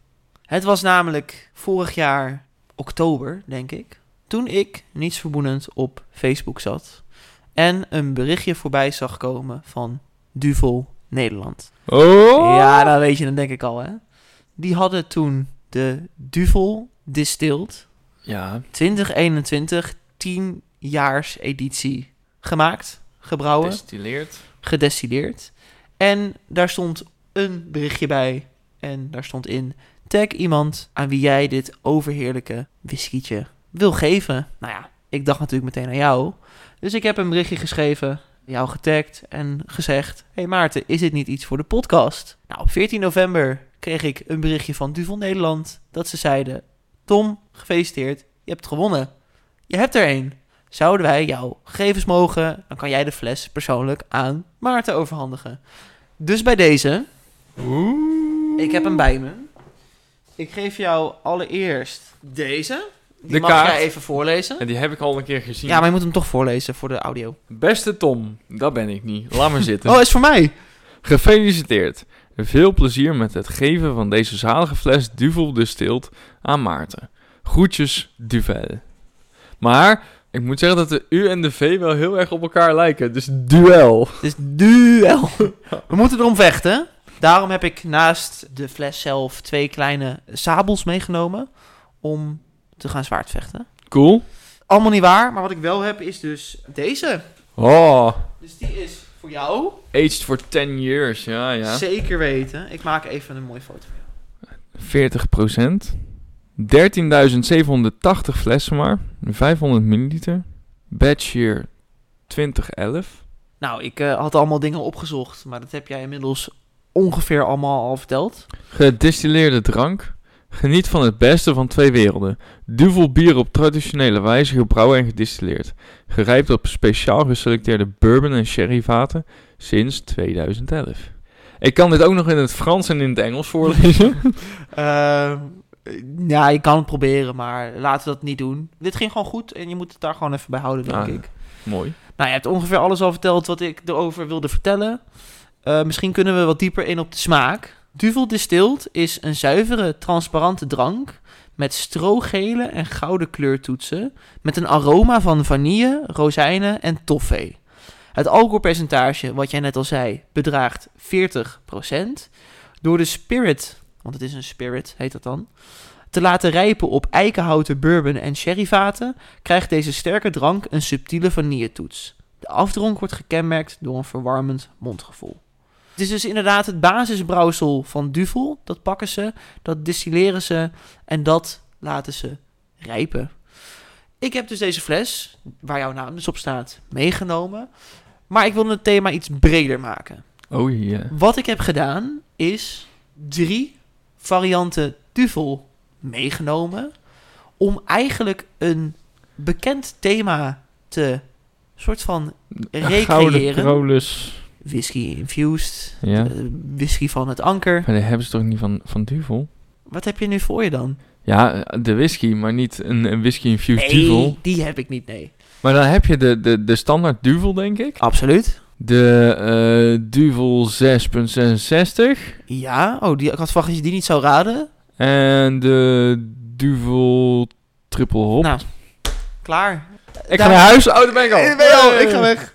Speaker 1: Het was namelijk vorig jaar oktober, denk ik. Toen ik, niets verboenend, op Facebook zat. En een berichtje voorbij zag komen van Duvel Nederland.
Speaker 2: Oh!
Speaker 1: Ja, dat weet je, dan denk ik al, hè. Die hadden toen de Duvel Distilled
Speaker 2: Ja,
Speaker 1: 2021 10-jaars editie gemaakt, gebrouwen
Speaker 2: destilleerd.
Speaker 1: gedestilleerd. En daar stond een berichtje bij. En daar stond in: tag iemand aan wie jij dit overheerlijke whiskietje wil geven. Nou ja, ik dacht natuurlijk meteen aan jou. Dus ik heb een berichtje geschreven, jou getagd en gezegd: hey Maarten, is dit niet iets voor de podcast? Nou, op 14 november kreeg ik een berichtje van Duvel Nederland dat ze zeiden: Tom, gefeliciteerd, je hebt gewonnen. Je hebt er een zouden wij jouw gegevens mogen, dan kan jij de fles persoonlijk aan Maarten overhandigen. Dus bij deze,
Speaker 2: Oeh.
Speaker 1: ik heb hem bij me. Ik geef jou allereerst deze. Die
Speaker 2: De
Speaker 1: mag
Speaker 2: kaart.
Speaker 1: jij even voorlezen.
Speaker 2: En die heb ik al een keer gezien.
Speaker 1: Ja, maar je moet hem toch voorlezen voor de audio.
Speaker 2: Beste Tom, dat ben ik niet. Laat maar zitten.
Speaker 1: Oh, is voor mij.
Speaker 2: Gefeliciteerd. Veel plezier met het geven van deze zalige fles Duvel de Stilt aan Maarten. Groetjes, Duvel. Maar ik moet zeggen dat de U en de V wel heel erg op elkaar lijken. Dus duel.
Speaker 1: Het is duel. We moeten erom vechten. Daarom heb ik naast de fles zelf twee kleine sabels meegenomen om te gaan zwaardvechten.
Speaker 2: Cool.
Speaker 1: Allemaal niet waar, maar wat ik wel heb is dus deze.
Speaker 2: Oh,
Speaker 1: Dus die is voor jou.
Speaker 2: aged for 10 years. Ja, ja.
Speaker 1: Zeker weten. Ik maak even een mooie foto.
Speaker 2: 40 13.780 flessen maar. 500 milliliter. Batch year 2011.
Speaker 1: Nou, ik eh, had allemaal dingen opgezocht, maar dat heb jij inmiddels ongeveer allemaal al verteld.
Speaker 2: Gedistilleerde drank. Geniet van het beste van twee werelden. Duvel bier op traditionele wijze gebrouwen en gedistilleerd. Gerijpt op speciaal geselecteerde bourbon en sherryvaten sinds 2011. Ik kan dit ook nog in het Frans en in het Engels voorlezen.
Speaker 1: Eh, ja, je kan het proberen, maar laten we dat niet doen. Dit ging gewoon goed en je moet het daar gewoon even bij houden, denk
Speaker 2: Ah.
Speaker 1: ik.
Speaker 2: Mooi.
Speaker 1: Nou, je hebt ongeveer alles al verteld wat ik erover wilde vertellen. Eh, misschien kunnen we wat dieper in op de smaak. Duvel Distilled is een zuivere, transparante drank met strogele en gouden kleurtoetsen, met een aroma van vanille, rozijnen en toffee. Het alcoholpercentage, wat jij net al zei, bedraagt 40%. Door de spirit, want het is een spirit, heet dat dan, te laten rijpen op eikenhouten bourbon en sherryvaten, krijgt deze sterke drank een subtiele vanilletoets. De afdronk wordt gekenmerkt door een verwarmend mondgevoel. Het is dus inderdaad het basisbrouwsel van Duvel. Dat pakken ze, dat distilleren ze en dat laten ze rijpen. Ik heb dus deze fles, waar jouw naam dus op staat, meegenomen. Maar ik wil het thema iets breder maken.
Speaker 2: Oh ja.
Speaker 1: Wat ik heb gedaan is drie varianten duvel meegenomen om eigenlijk een bekend thema te soort van
Speaker 2: Gouden
Speaker 1: recreëren.
Speaker 2: Krolus.
Speaker 1: Whisky infused,
Speaker 2: Ja.
Speaker 1: eh, whisky van het anker.
Speaker 2: Maar die hebben ze toch niet van, van Duvel?
Speaker 1: Wat heb je nu voor je dan?
Speaker 2: Ja, de whisky, maar niet een, een whisky-infused
Speaker 1: Nee,
Speaker 2: Duvel.
Speaker 1: die heb ik niet, nee.
Speaker 2: Maar dan heb je de, de, de standaard Duvel, denk ik.
Speaker 1: Absoluut.
Speaker 2: De eh, Duvel 6.66
Speaker 1: Ja, oh, die, ik had verwacht dat je die niet zou raden.
Speaker 2: en de Duvel Triple Hop.
Speaker 1: Nou, klaar.
Speaker 2: ik ga
Speaker 1: daar-
Speaker 2: naar huis, oh, daar ben ik al.
Speaker 1: Ik ben al, ik ga weg.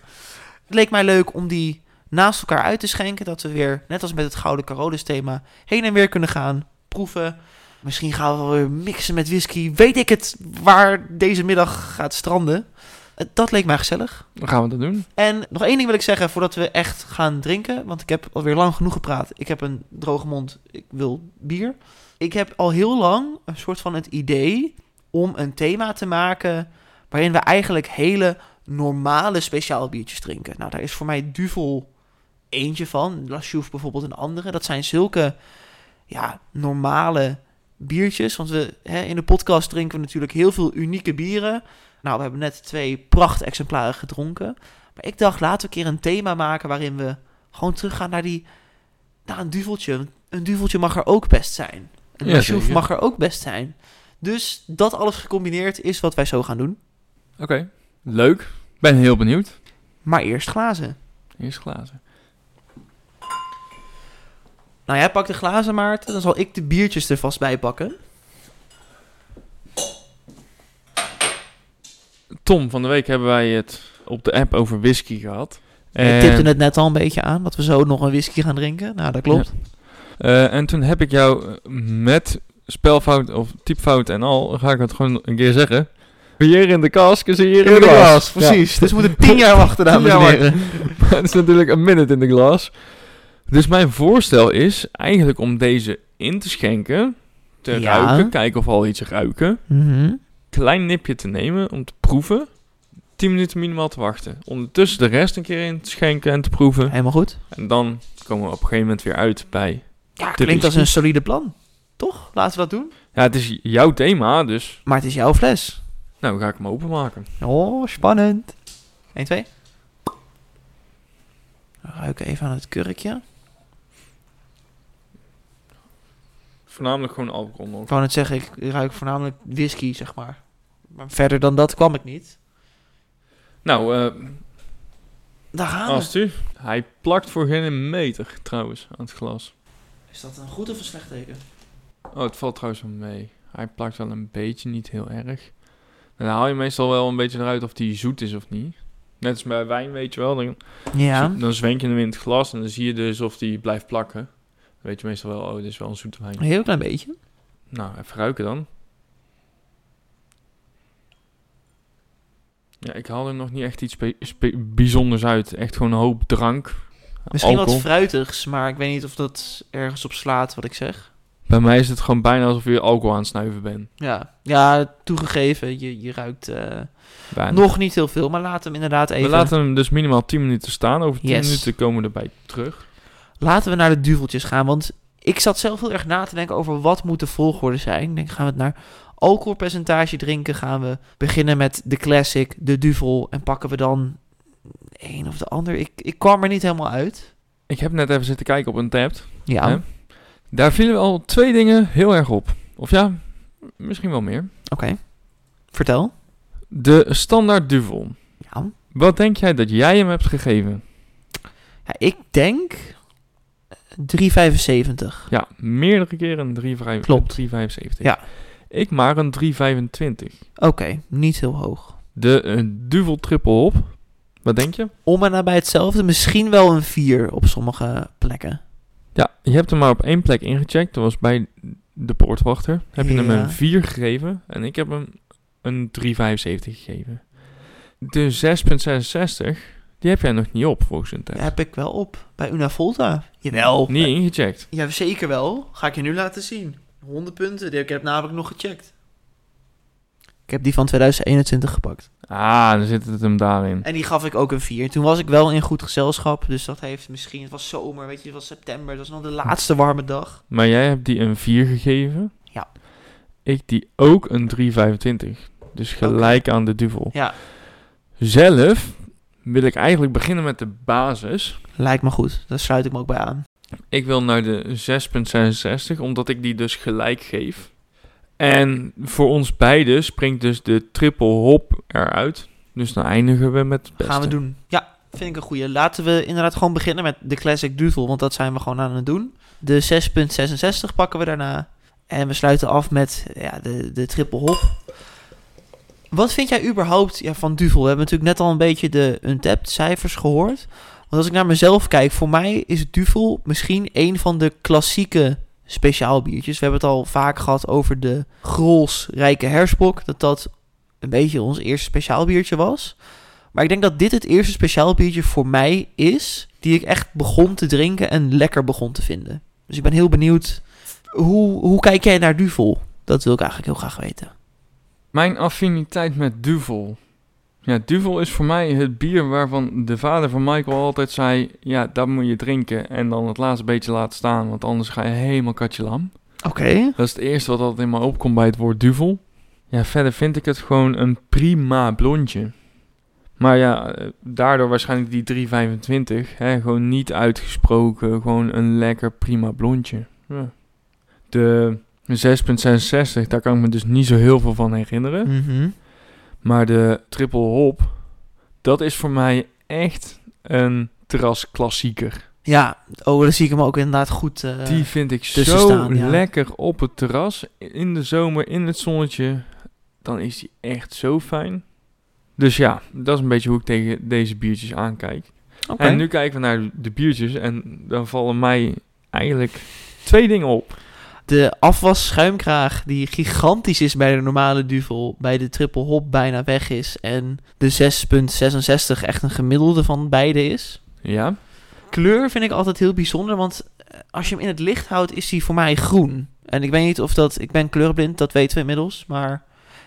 Speaker 1: Het leek mij leuk om die naast elkaar uit te schenken. Dat we weer, net als met het Gouden Carolus thema, heen en weer kunnen gaan proeven. Misschien gaan we wel weer mixen met whisky. Weet ik het waar deze middag gaat stranden. Eh, Dat leek mij gezellig.
Speaker 2: Dan gaan we dat doen.
Speaker 1: En nog één ding wil ik zeggen voordat we echt gaan drinken. Want ik heb alweer lang genoeg gepraat. Ik heb een droge mond. Ik wil bier. Ik heb al heel lang een soort van het idee om een thema te maken. waarin we eigenlijk hele normale speciaal biertjes drinken. Nou, daar is voor mij Duvel eentje van. La Chouffe bijvoorbeeld een andere. Dat zijn zulke ja, normale biertjes. Want we, hè, in de podcast drinken we natuurlijk heel veel unieke bieren. Nou, we hebben net twee prachtexemplaren gedronken. Maar ik dacht, laten we een keer een thema maken waarin we gewoon teruggaan naar die... Naar een duveltje. Want Een duveltje mag er ook best zijn. Een
Speaker 2: Ja,
Speaker 1: La Chouffe
Speaker 2: zeker.
Speaker 1: mag er ook best zijn. Dus dat alles gecombineerd is wat wij zo gaan doen.
Speaker 2: Oké. Leuk. Ben heel benieuwd.
Speaker 1: Maar eerst glazen.
Speaker 2: Eerst glazen.
Speaker 1: Nou, jij pakt de glazen, Maarten. Dan zal ik de biertjes er vast bij pakken.
Speaker 2: Tom, van de week hebben wij het op de app over whisky gehad.
Speaker 1: Ik
Speaker 2: En-
Speaker 1: tipte het net al een beetje aan, dat we zo nog een whisky gaan drinken. Nou, dat klopt.
Speaker 2: Eh, en toen heb ik jou eh, met spelfout of typfout en al, ga ik het gewoon een keer zeggen. Hier in de kask is hier in de glas.
Speaker 1: precies. Dus we moeten tien jaar wachten, dames
Speaker 2: Ja,
Speaker 1: en
Speaker 2: maar-
Speaker 1: heren.
Speaker 2: Ja. het is natuurlijk een minute in de glas. Dus mijn voorstel is eigenlijk om deze in te schenken, te
Speaker 1: Ja.
Speaker 2: ruiken, kijken of we al iets ruiken.
Speaker 1: Mhm.
Speaker 2: Klein nipje te nemen om te proeven. 10 minuten minimaal te wachten. Ondertussen de rest een keer in te schenken en te proeven.
Speaker 1: Helemaal goed.
Speaker 2: En dan komen we op een gegeven moment weer uit bij...
Speaker 1: Ja,
Speaker 2: Tip
Speaker 1: klinkt
Speaker 2: is
Speaker 1: als een solide plan. Toch? Laten we dat doen.
Speaker 2: Ja, het is jouw thema, dus
Speaker 1: Maar het is jouw fles.
Speaker 2: nou ga ik hem openmaken.
Speaker 1: Oh, spannend. 1, 2. Ruiken even aan het kurkje.
Speaker 2: Voornamelijk gewoon alcohol nog.
Speaker 1: Ik wou net zeggen, ik ruik voornamelijk whisky, zeg maar. Maar verder dan dat kwam ik niet.
Speaker 2: Nou, eh
Speaker 1: Daar gaan we.
Speaker 2: als u. Hij plakt voor geen meter trouwens aan het glas.
Speaker 1: Is dat een goed of een slecht teken?
Speaker 2: Oh, het valt trouwens wel mee. Hij plakt wel een beetje, niet heel erg. En dan haal je meestal wel een beetje eruit of die zoet is of niet. Net als bij wijn, weet je wel. Dan,
Speaker 1: Ja.
Speaker 2: dan zwenk je hem in het glas en dan zie je dus of die blijft plakken. Dan weet je meestal wel, oh, dit is wel een zoete wijn.
Speaker 1: Een heel klein beetje.
Speaker 2: Nou, even ruiken dan. Ja, ik haal er nog niet echt iets spe- spe- bijzonders uit. Echt gewoon een hoop drank.
Speaker 1: Misschien
Speaker 2: alcohol.
Speaker 1: wat fruitigs, maar ik weet niet of dat ergens op slaat wat ik zeg.
Speaker 2: Bij mij is het gewoon bijna alsof je alcohol aan het snuiven bent.
Speaker 1: Ja, ja toegegeven, je, je ruikt eh,
Speaker 2: Bijna.
Speaker 1: nog niet heel veel, maar laat hem inderdaad
Speaker 2: We
Speaker 1: even.
Speaker 2: laten hem dus minimaal 10 minuten staan. Over 10
Speaker 1: Yes.
Speaker 2: minuten komen we erbij terug.
Speaker 1: Laten we naar de duveltjes gaan, want ik zat zelf heel erg na te denken over wat moet de volgorde zijn. Ik denk, gaan we het naar alcoholpercentage drinken? Gaan we beginnen met de classic, de duvel en pakken we dan een of de ander? Ik, ik kwam er niet helemaal uit.
Speaker 2: Ik heb net even zitten kijken op een tab.
Speaker 1: Ja,
Speaker 2: Hè?
Speaker 1: oké.
Speaker 2: Daar vielen al twee dingen heel erg op. Of ja, misschien wel meer.
Speaker 1: Vertel.
Speaker 2: De standaard duvel.
Speaker 1: Ja.
Speaker 2: Wat denk jij dat jij hem hebt gegeven?
Speaker 1: Ja, ik denk eh, 3,75.
Speaker 2: Ja, meerdere keren een 3,5
Speaker 1: Klopt.
Speaker 2: 3,75.
Speaker 1: Ja.
Speaker 2: Ik maar een 3,25.
Speaker 1: Oké, niet heel hoog.
Speaker 2: De eh, duvel triple hop. Wat denk je?
Speaker 1: Om en nabij hetzelfde, misschien wel een 4 op sommige plekken.
Speaker 2: Ja, je hebt hem maar op één plek ingecheckt. Dat was bij de poortwachter. Heb je hem
Speaker 1: Ja.
Speaker 2: een 4 gegeven en ik heb hem een 3,75 gegeven. De 6,66, die heb jij nog niet op volgens een
Speaker 1: Daar
Speaker 2: test.
Speaker 1: heb ik wel op. Bij Una Volta. Jawel.
Speaker 2: Niet ingecheckt.
Speaker 1: Ja, zeker wel. Ga ik je nu laten zien. 100 punten. Ik heb namelijk nog gecheckt. Ik heb die van 2021 gepakt.
Speaker 2: Ah, dan zit het hem daarin.
Speaker 1: En die gaf ik ook een 4. Toen was ik wel in goed gezelschap. Dus dat heeft misschien... Het was zomer, weet je. Het was september. Het was nog de laatste warme dag.
Speaker 2: Maar jij hebt die een 4 gegeven.
Speaker 1: Ja.
Speaker 2: Ik die ook een 3,25. Dus gelijk aan de duvel.
Speaker 1: Ja,
Speaker 2: Zelf wil ik eigenlijk beginnen met de basis.
Speaker 1: lijkt me goed. Daar sluit ik me ook bij aan.
Speaker 2: Ik wil naar de 6,66, omdat ik die dus gelijk geef. En voor ons beiden springt dus de triple hop eruit. Dus dan eindigen we met het beste.
Speaker 1: Gaan we doen. Ja, vind ik een goeie. Laten we inderdaad gewoon beginnen met de Classic Duvel, want dat zijn we gewoon aan het doen. De 6.66 pakken we daarna. En we sluiten af met ja, de, de triple hop. Wat vind jij überhaupt ja, van Duvel? We hebben natuurlijk net al een beetje de untapped cijfers gehoord. Want als ik naar mezelf kijk, voor mij is Duvel misschien een van de klassieke speciaal biertjes. We hebben het al vaak gehad over de Grols Rijke Hersbok. Dat dat een beetje ons eerste speciaal biertje was. Maar ik denk dat dit het eerste speciaal biertje voor mij is. Die ik echt begon te drinken en lekker begon te vinden. Dus ik ben heel benieuwd. Hoe, hoe kijk jij naar Duvel? Dat wil ik eigenlijk heel graag weten.
Speaker 2: Mijn affiniteit met Duvel. Ja, Duvel is voor mij het bier waarvan de vader van Michael altijd zei... Ja, dat moet je drinken en dan het laatste beetje laten staan, want anders ga je helemaal katje lam.
Speaker 1: Oké.
Speaker 2: Dat is het eerste wat altijd in mij opkomt bij het woord duvel. Ja, verder vind ik het gewoon een prima blondje. Maar ja, eh, daardoor waarschijnlijk die 325. Hè, gewoon niet uitgesproken. Gewoon een lekker prima blondje. Ja. De 6.66, daar kan ik me dus niet zo heel veel van herinneren.
Speaker 1: Mhm.
Speaker 2: Maar de triple hop, dat is voor mij echt een terrasklassieker.
Speaker 1: Ja, oh, daar zie ik hem ook inderdaad goed. eh,
Speaker 2: Die vind ik
Speaker 1: tussen
Speaker 2: zo
Speaker 1: staan, ja.
Speaker 2: lekker op het terras. In de zomer, in het zonnetje. Dan is die echt zo fijn. Dus ja, dat is een beetje hoe ik tegen deze biertjes aankijk.
Speaker 1: oké.
Speaker 2: En nu kijken we naar de biertjes. En dan vallen mij eigenlijk twee dingen op.
Speaker 1: De afwasschuimkraag die gigantisch is bij de normale duvel, bij de triple hop bijna weg is en de 6.66 echt een gemiddelde van beide is.
Speaker 2: Ja,
Speaker 1: Kleur vind ik altijd heel bijzonder, want eh, als je hem in het licht houdt is hij voor mij groen. En ik weet niet of dat, ik ben kleurblind, dat weten we inmiddels, maar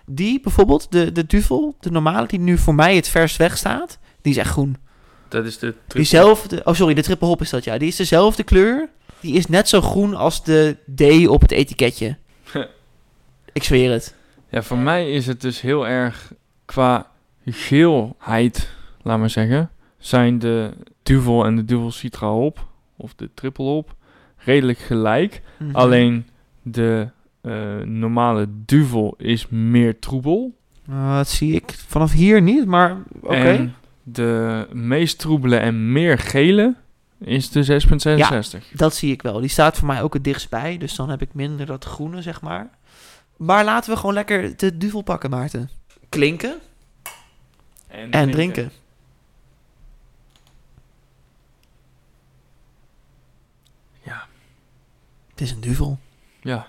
Speaker 1: die bijvoorbeeld, de, de duvel, de normale die nu voor mij het verst weg staat, die is echt groen.
Speaker 2: dat is de
Speaker 1: Diezelfde, oh sorry, de triple hop is dat ja, die is dezelfde kleur, die is net zo groen als de D op het etiketje. ik zweer het.
Speaker 2: Ja, voor mij is het dus heel erg qua geelheid, laat maar zeggen, zijn de Duvel en de Duvel Citra op, of de Triple op, redelijk gelijk.
Speaker 1: Mhm.
Speaker 2: Alleen de eh, normale Duvel is meer troebel.
Speaker 1: Nou, dat zie ik vanaf hier niet, maar oké.
Speaker 2: En de meest troebele en meer gele is de 6.66.
Speaker 1: Dat zie ik wel. Die staat voor mij ook het dichtst bij, dus dan heb ik minder dat groene, zeg maar. Maar laten we gewoon lekker de duvel pakken, Maarten. Klinken en
Speaker 2: eh,
Speaker 1: drinken.
Speaker 2: Ja.
Speaker 1: Het is een duvel.
Speaker 2: Ja.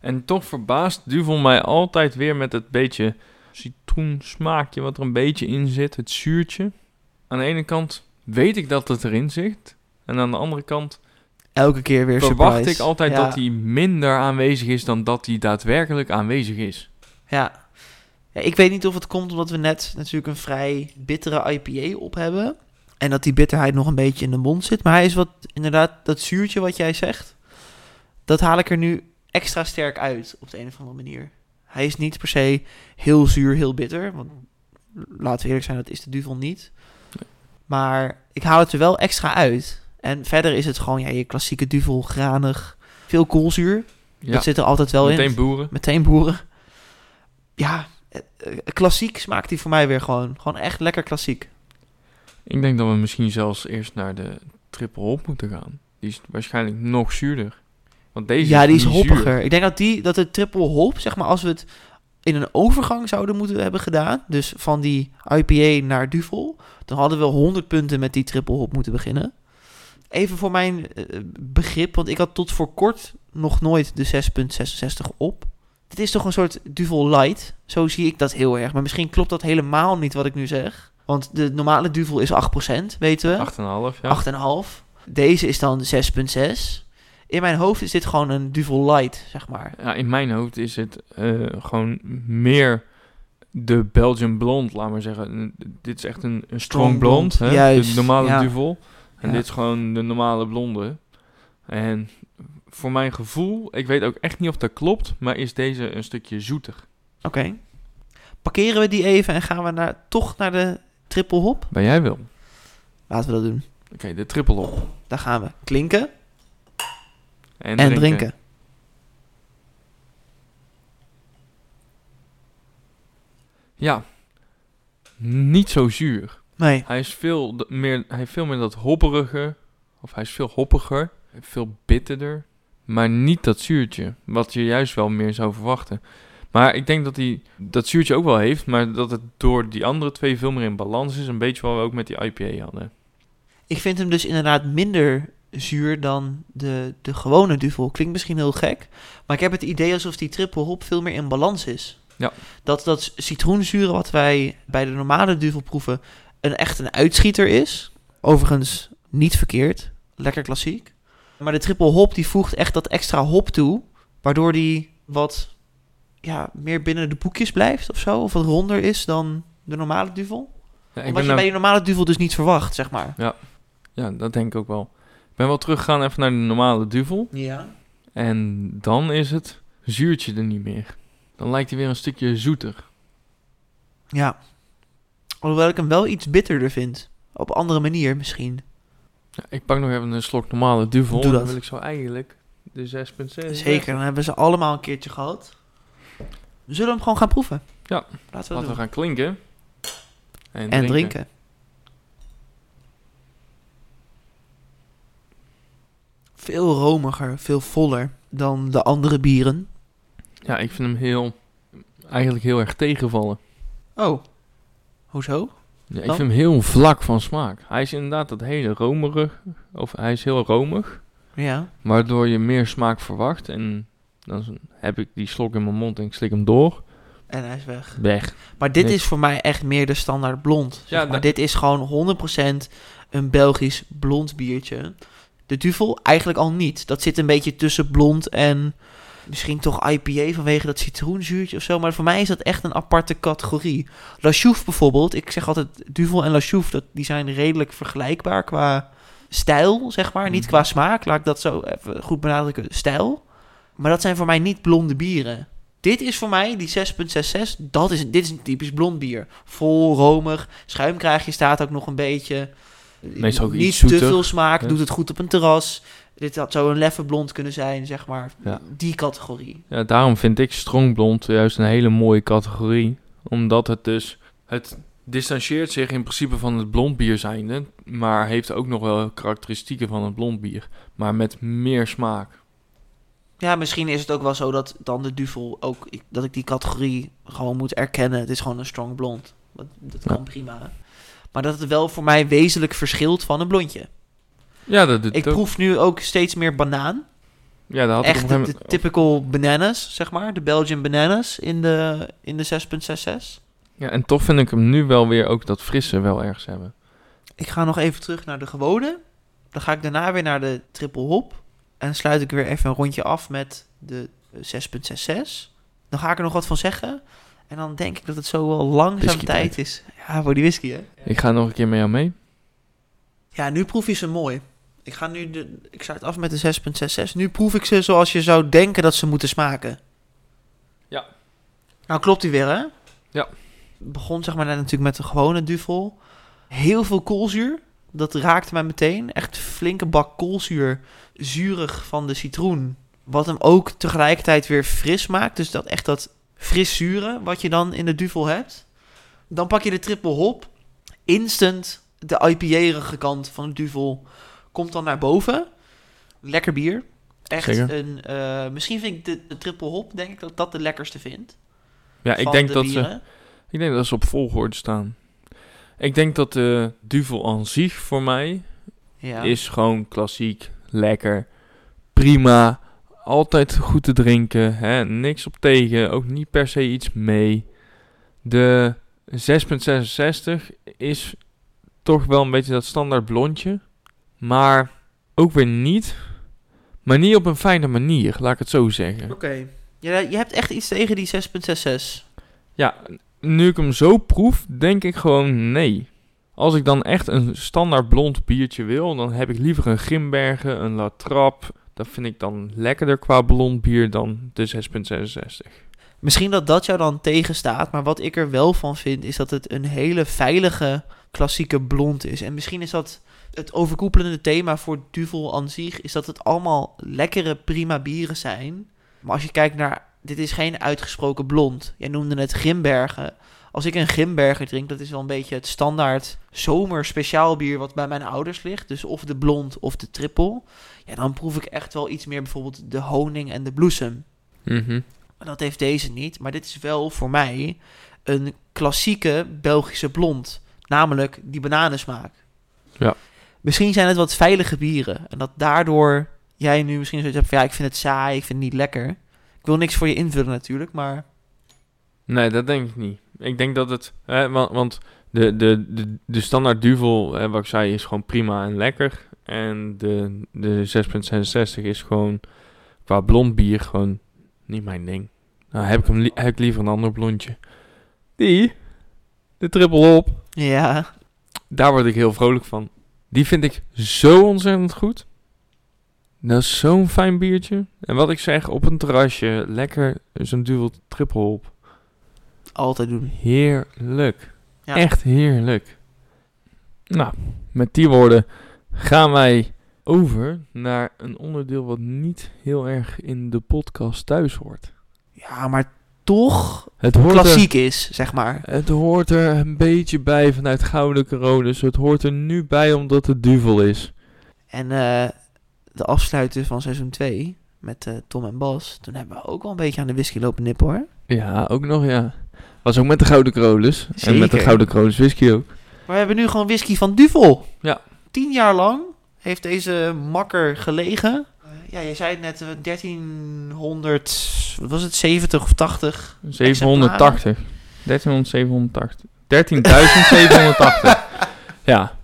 Speaker 2: En toch verbaast Duvel mij altijd weer met het beetje citroensmaakje wat er een beetje in zit, het zuurtje. Aan de ene kant weet ik dat het erin zit. En aan de andere kant
Speaker 1: Elke keer weer
Speaker 2: verwacht
Speaker 1: surprise.
Speaker 2: ik altijd
Speaker 1: Ja.
Speaker 2: dat hij minder aanwezig is dan dat hij daadwerkelijk aanwezig is.
Speaker 1: Ja. ja. Ik weet niet of het komt omdat we net natuurlijk een vrij bittere IPA op hebben. En dat die bitterheid nog een beetje in de mond zit. Maar hij is wat, inderdaad, dat zuurtje wat jij zegt. Dat haal ik er nu extra sterk uit op de een of andere manier. Hij is niet per se heel zuur, heel bitter. Want laten we eerlijk zijn, dat is de duvel niet. Maar ik haal het er wel extra uit. En verder is het gewoon ja, je klassieke duvel, granig. Veel koolzuur.
Speaker 2: Ja,
Speaker 1: Dat zit er altijd wel in.
Speaker 2: meteen boeren.
Speaker 1: Meteen boeren. Ja, eh, eh, klassiek smaakt die voor mij weer gewoon. Gewoon echt lekker klassiek.
Speaker 2: Ik denk dat we misschien zelfs eerst naar de triple hop moeten gaan. Die is waarschijnlijk nog zuurder. Want deze
Speaker 1: ja, die is
Speaker 2: niet
Speaker 1: hoppiger.
Speaker 2: zuur.
Speaker 1: Ik denk dat, die, dat de triple hop, zeg maar, als we het in een overgang zouden moeten hebben gedaan, dus van die IPA naar Duvel, dan hadden we 100 punten met die triple hop moeten beginnen. Even voor mijn eh, begrip, want ik had tot voor kort nog nooit de 6.66 op. Dit is toch een soort Duvel Light? Zo zie ik dat heel erg. Maar misschien klopt dat helemaal niet wat ik nu zeg. Want de normale Duvel is 8%, weten we.
Speaker 2: 8,5, ja.
Speaker 1: 8,5. Deze is dan 6,6. In mijn hoofd is dit gewoon een Duvel Light, zeg maar.
Speaker 2: Ja, in mijn hoofd is het eh, gewoon meer de Belgian blond, laat maar zeggen. N- Dit is echt een, een strong
Speaker 1: Strong
Speaker 2: blond,
Speaker 1: blond,
Speaker 2: hè?
Speaker 1: juist,
Speaker 2: de normale
Speaker 1: ja.
Speaker 2: duvel. En
Speaker 1: Ja.
Speaker 2: dit is gewoon de normale blonde. En voor mijn gevoel, ik weet ook echt niet of dat klopt, maar is deze een stukje zoeter.
Speaker 1: Oké. Parkeren we die even en gaan we naar, toch naar de triple hop?
Speaker 2: Ben jij wel? Oké,
Speaker 1: Laten we dat doen.
Speaker 2: de triple op.
Speaker 1: Daar gaan we. Klinken
Speaker 2: En,
Speaker 1: en, drinken.
Speaker 2: Ja, niet zo zuur.
Speaker 1: Nee.
Speaker 2: Hij is veel d- meer, hij heeft veel meer dat hopperige, of hij is veel hoppiger, veel bitterder, maar niet dat zuurtje, wat je juist wel meer zou verwachten. Maar ik denk dat hij dat zuurtje ook wel heeft, maar dat het door die andere twee veel meer in balans is, een beetje wat we ook met die IPA hadden.
Speaker 1: Ik vind hem dus inderdaad minder zuur dan de, de gewone duvel. Klinkt misschien heel gek, maar ik heb het idee alsof die triple hop veel meer in balans is.
Speaker 2: Ja.
Speaker 1: Dat dat citroenzuren wat wij bij de normale duvel proeven een echt een uitschieter is. Overigens niet verkeerd, lekker klassiek. Maar de triple hop die voegt echt dat extra hop toe, waardoor die wat ja, meer binnen de boekjes blijft of zo, of wat ronder is dan de normale duvel.
Speaker 2: Ja, ik
Speaker 1: Wat
Speaker 2: ben
Speaker 1: je
Speaker 2: nou-
Speaker 1: bij die normale duvel dus niet verwacht, zeg maar.
Speaker 2: ja, dat denk ik ook wel. Ik ben wel teruggegaan even naar de normale duvel.
Speaker 1: Ja.
Speaker 2: En dan is het zuurtje er niet meer. Dan lijkt hij weer een stukje zoeter.
Speaker 1: Ja. Alhoewel ik hem wel iets bitterder vind. Op andere manier misschien.
Speaker 2: Ja, ik pak nog even een slok normale duvel.
Speaker 1: Doe
Speaker 2: en Dan
Speaker 1: dat.
Speaker 2: wil ik zo eigenlijk de 6.6.
Speaker 1: Zeker, dan hebben ze allemaal een keertje gehad. We zullen hem gewoon gaan proeven.
Speaker 2: Ja.
Speaker 1: Laten we
Speaker 2: Laten
Speaker 1: dat
Speaker 2: we
Speaker 1: doen.
Speaker 2: gaan klinken.
Speaker 1: En drinken. Veel romiger, veel voller dan de andere bieren.
Speaker 2: Ja, ik vind hem heel, eigenlijk heel erg tegenvallen.
Speaker 1: Oh, hoezo?
Speaker 2: Ja, ik
Speaker 1: Dan?
Speaker 2: vind hem heel vlak van smaak. Hij is inderdaad dat hele romerig, of hij is heel romig,
Speaker 1: Ja,
Speaker 2: waardoor je meer smaak verwacht. En dan z- heb ik die slok in mijn mond en ik slik hem door.
Speaker 1: en hij is weg.
Speaker 2: Weg.
Speaker 1: Maar dit
Speaker 2: Niks.
Speaker 1: is voor mij echt meer de standaard blond. zeg
Speaker 2: Ja,
Speaker 1: maar
Speaker 2: dat-
Speaker 1: dit is gewoon 100% een Belgisch blond biertje. De duvel eigenlijk al niet. Dat zit een beetje tussen blond en misschien toch IPA vanwege dat citroenzuurtje of zo. Maar voor mij is dat echt een aparte categorie. La Chouffe bijvoorbeeld. Ik zeg altijd duvel en La Chouffe, dat, die zijn redelijk vergelijkbaar qua stijl, zeg maar. Niet
Speaker 2: Mhm.
Speaker 1: qua smaak, laat ik dat zo even goed benadrukken. Stijl. Maar dat zijn voor mij niet blonde bieren. Dit is voor mij, die 6.66, dat is, dit is een typisch blond bier. Vol, romig, schuimkraagje staat ook nog een beetje.
Speaker 2: Meestal ook
Speaker 1: Niet
Speaker 2: iets
Speaker 1: te
Speaker 2: zoeter,
Speaker 1: veel smaak,
Speaker 2: hè?
Speaker 1: doet het goed op een terras. Dit had zo een leffe blond kunnen zijn, zeg maar.
Speaker 2: Ja.
Speaker 1: Die categorie.
Speaker 2: Ja, daarom vind ik strongblond juist een hele mooie categorie. Omdat het dus, het distancieert zich in principe van het blond bier zijnde, maar heeft ook nog wel karakteristieken van het blond bier. Maar met meer smaak.
Speaker 1: Ja, misschien is het ook wel zo dat dan de duvel ook... ik- dat ik die categorie gewoon moet erkennen. Het is gewoon een strong blond. Dat, dat kan
Speaker 2: Ja.
Speaker 1: prima. Maar dat het wel voor mij wezenlijk verschilt van een blondje.
Speaker 2: Ja, dat doet
Speaker 1: Ik
Speaker 2: het ook.
Speaker 1: proef nu ook steeds meer banaan.
Speaker 2: Ja, dat had ik
Speaker 1: Echt
Speaker 2: op een
Speaker 1: de,
Speaker 2: gegeven moment-
Speaker 1: typical bananas, zeg maar. De Belgian bananas in de, in de 6.66.
Speaker 2: Ja, en toch vind ik hem nu wel weer ook dat frisse wel ergens hebben.
Speaker 1: Ik ga nog even terug naar de gewone. Dan ga ik daarna weer naar de triple hop. En sluit ik weer even een rondje af met de eh, 6.66. Dan ga ik er nog wat van zeggen. En dan denk ik dat het zo wel langzaam
Speaker 2: Whisky tijd.
Speaker 1: tijd is. Ja, voor die whisky, hè?
Speaker 2: Ik ga nog een keer met jou mee.
Speaker 1: Ja, nu proef je ze mooi. Ik, ga nu de, ik sluit af met de 6.66. Nu proef ik ze zoals je zou denken dat ze moeten smaken.
Speaker 2: Ja.
Speaker 1: Nou klopt die weer, hè?
Speaker 2: Ja.
Speaker 1: Begon zeg maar net natuurlijk met de gewone duvel. Heel veel koolzuur. Dat raakte mij meteen. Echt flinke bak koolzuur. Zuurig van de citroen. Wat hem ook tegelijkertijd weer fris maakt. Dus dat echt dat fris zure wat je dan in de duvel hebt. Dan pak je de triple hop instant de IPA-erige kant van het duvel komt dan naar boven. Lekker bier. Echt
Speaker 2: Zeker.
Speaker 1: een... eh, misschien vind ik de, de triple hop, denk ik, dat dat de lekkerste vind.
Speaker 2: Ja, ik
Speaker 1: van
Speaker 2: denk,
Speaker 1: de
Speaker 2: dat ze,
Speaker 1: bieren.
Speaker 2: ik denk dat ze op volgorde staan. Ik denk dat de Duvel aan zich voor mij
Speaker 1: Ja.
Speaker 2: is gewoon klassiek, lekker, prima, altijd goed te drinken, hè, niks op tegen, ook niet per se iets mee. De 6.66 is toch wel een beetje dat standaard blondje, maar ook weer niet, maar niet op een fijne manier, laat ik het zo zeggen.
Speaker 1: Oké. Ja, je hebt echt iets tegen die 6.66.
Speaker 2: Ja, nu ik hem zo proef, denk ik gewoon nee. Als ik dan echt een standaard blond biertje wil, dan heb ik liever een Grimbergen, een La Trappe. Dat vind ik dan lekkerder qua blond bier dan de 6.66.
Speaker 1: Misschien dat dat jou dan tegenstaat, maar wat ik er wel van vind is dat het een hele veilige klassieke blond is. En misschien is dat het overkoepelende thema voor Duvel aan zich, is dat het allemaal lekkere, prima bieren zijn. Maar als je kijkt naar, dit is geen uitgesproken blond. Jij noemde het Grimbergen. Als ik een Grimbergen drink, dat is wel een beetje het standaard zomerspeciaal bier wat bij mijn ouders ligt. Dus of de blond of de triple. Ja, dan proef ik echt wel iets meer bijvoorbeeld de honing en de bloesem. Maar Dat heeft deze niet. Maar dit is wel voor mij een klassieke Belgische blond. Namelijk die bananensmaak.
Speaker 2: Ja.
Speaker 1: Een Misschien zijn het wat veilige bieren. En dat daardoor jij nu misschien zoiets hebt van... Ja, ik vind het saai, ik vind het niet lekker. Ik wil niks voor je invullen natuurlijk, maar...
Speaker 2: Nee, dat denk ik niet. Ik denk dat het... Hè, want want de, de, de, de standaard duvel, hè, wat ik zei, is gewoon prima en lekker. En de, de 6.66 is gewoon qua blond bier gewoon niet mijn ding. Nou, heb ik, hem li- heb ik liever een ander blondje. Die, de triple op,
Speaker 1: Ja,
Speaker 2: daar word ik heel vrolijk van. Die vind ik zo ontzettend goed. Dat is zo'n fijn biertje. En wat ik zeg, op een terrasje, lekker zo'n duvel triple op.
Speaker 1: altijd doen.
Speaker 2: Heerlijk.
Speaker 1: Ja.
Speaker 2: Echt heerlijk. Nou, met die woorden gaan wij over naar een onderdeel wat niet heel erg in de podcast thuis hoort.
Speaker 1: Ja, maar toch
Speaker 2: Het hoort
Speaker 1: klassiek is, zeg maar.
Speaker 2: Er, het hoort er een beetje bij vanuit Gouden Coronas. Het hoort er nu bij omdat het duvel is.
Speaker 1: En eh, de afsluiter van seizoen 2 met eh, Tom en Bas... Toen hebben we ook wel een beetje aan de whisky lopen nippen, hoor.
Speaker 2: Ja, ook nog ja. Was ook met de Gouden Coronas. En met de
Speaker 1: Zeker.
Speaker 2: Gouden Coronas whisky ook.
Speaker 1: Maar we hebben nu gewoon whisky van Duvel.
Speaker 2: Ja.
Speaker 1: Tien jaar lang heeft deze makker gelegen. Eh, ja, je zei het net, eh, 1300, wat was het, 70 of 80?
Speaker 2: 780. 1300, 780. 13.780. ja.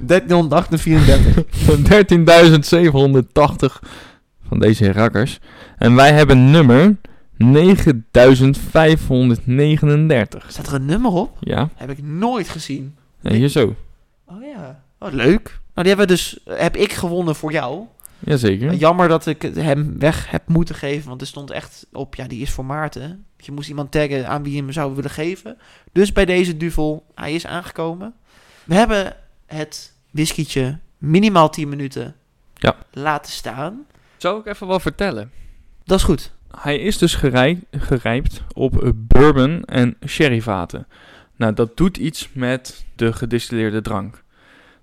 Speaker 1: 1334.
Speaker 2: 13.780 van deze rakkers. En wij hebben nummer 9539.
Speaker 1: Staat er een nummer op?
Speaker 2: Ja,
Speaker 1: Heb ik nooit gezien.
Speaker 2: en hier zo.
Speaker 1: Oh ja. Wat leuk. Nou, die hebben we dus, heb ik gewonnen voor jou.
Speaker 2: Jazeker.
Speaker 1: Jammer dat ik het hem weg heb moeten geven, want er stond echt op, ja, die is voor Maarten. Je moest iemand taggen aan wie je hem zou willen geven. Dus bij deze duvel, hij is aangekomen. We hebben het whiskietje minimaal 10 minuten
Speaker 2: Ja.
Speaker 1: laten staan.
Speaker 2: Zou ik even wat vertellen?
Speaker 1: Dat is goed.
Speaker 2: Hij is dus gerij- gerijpt op eh, bourbon en sherryvaten. Nou, dat doet iets met de gedistilleerde drank.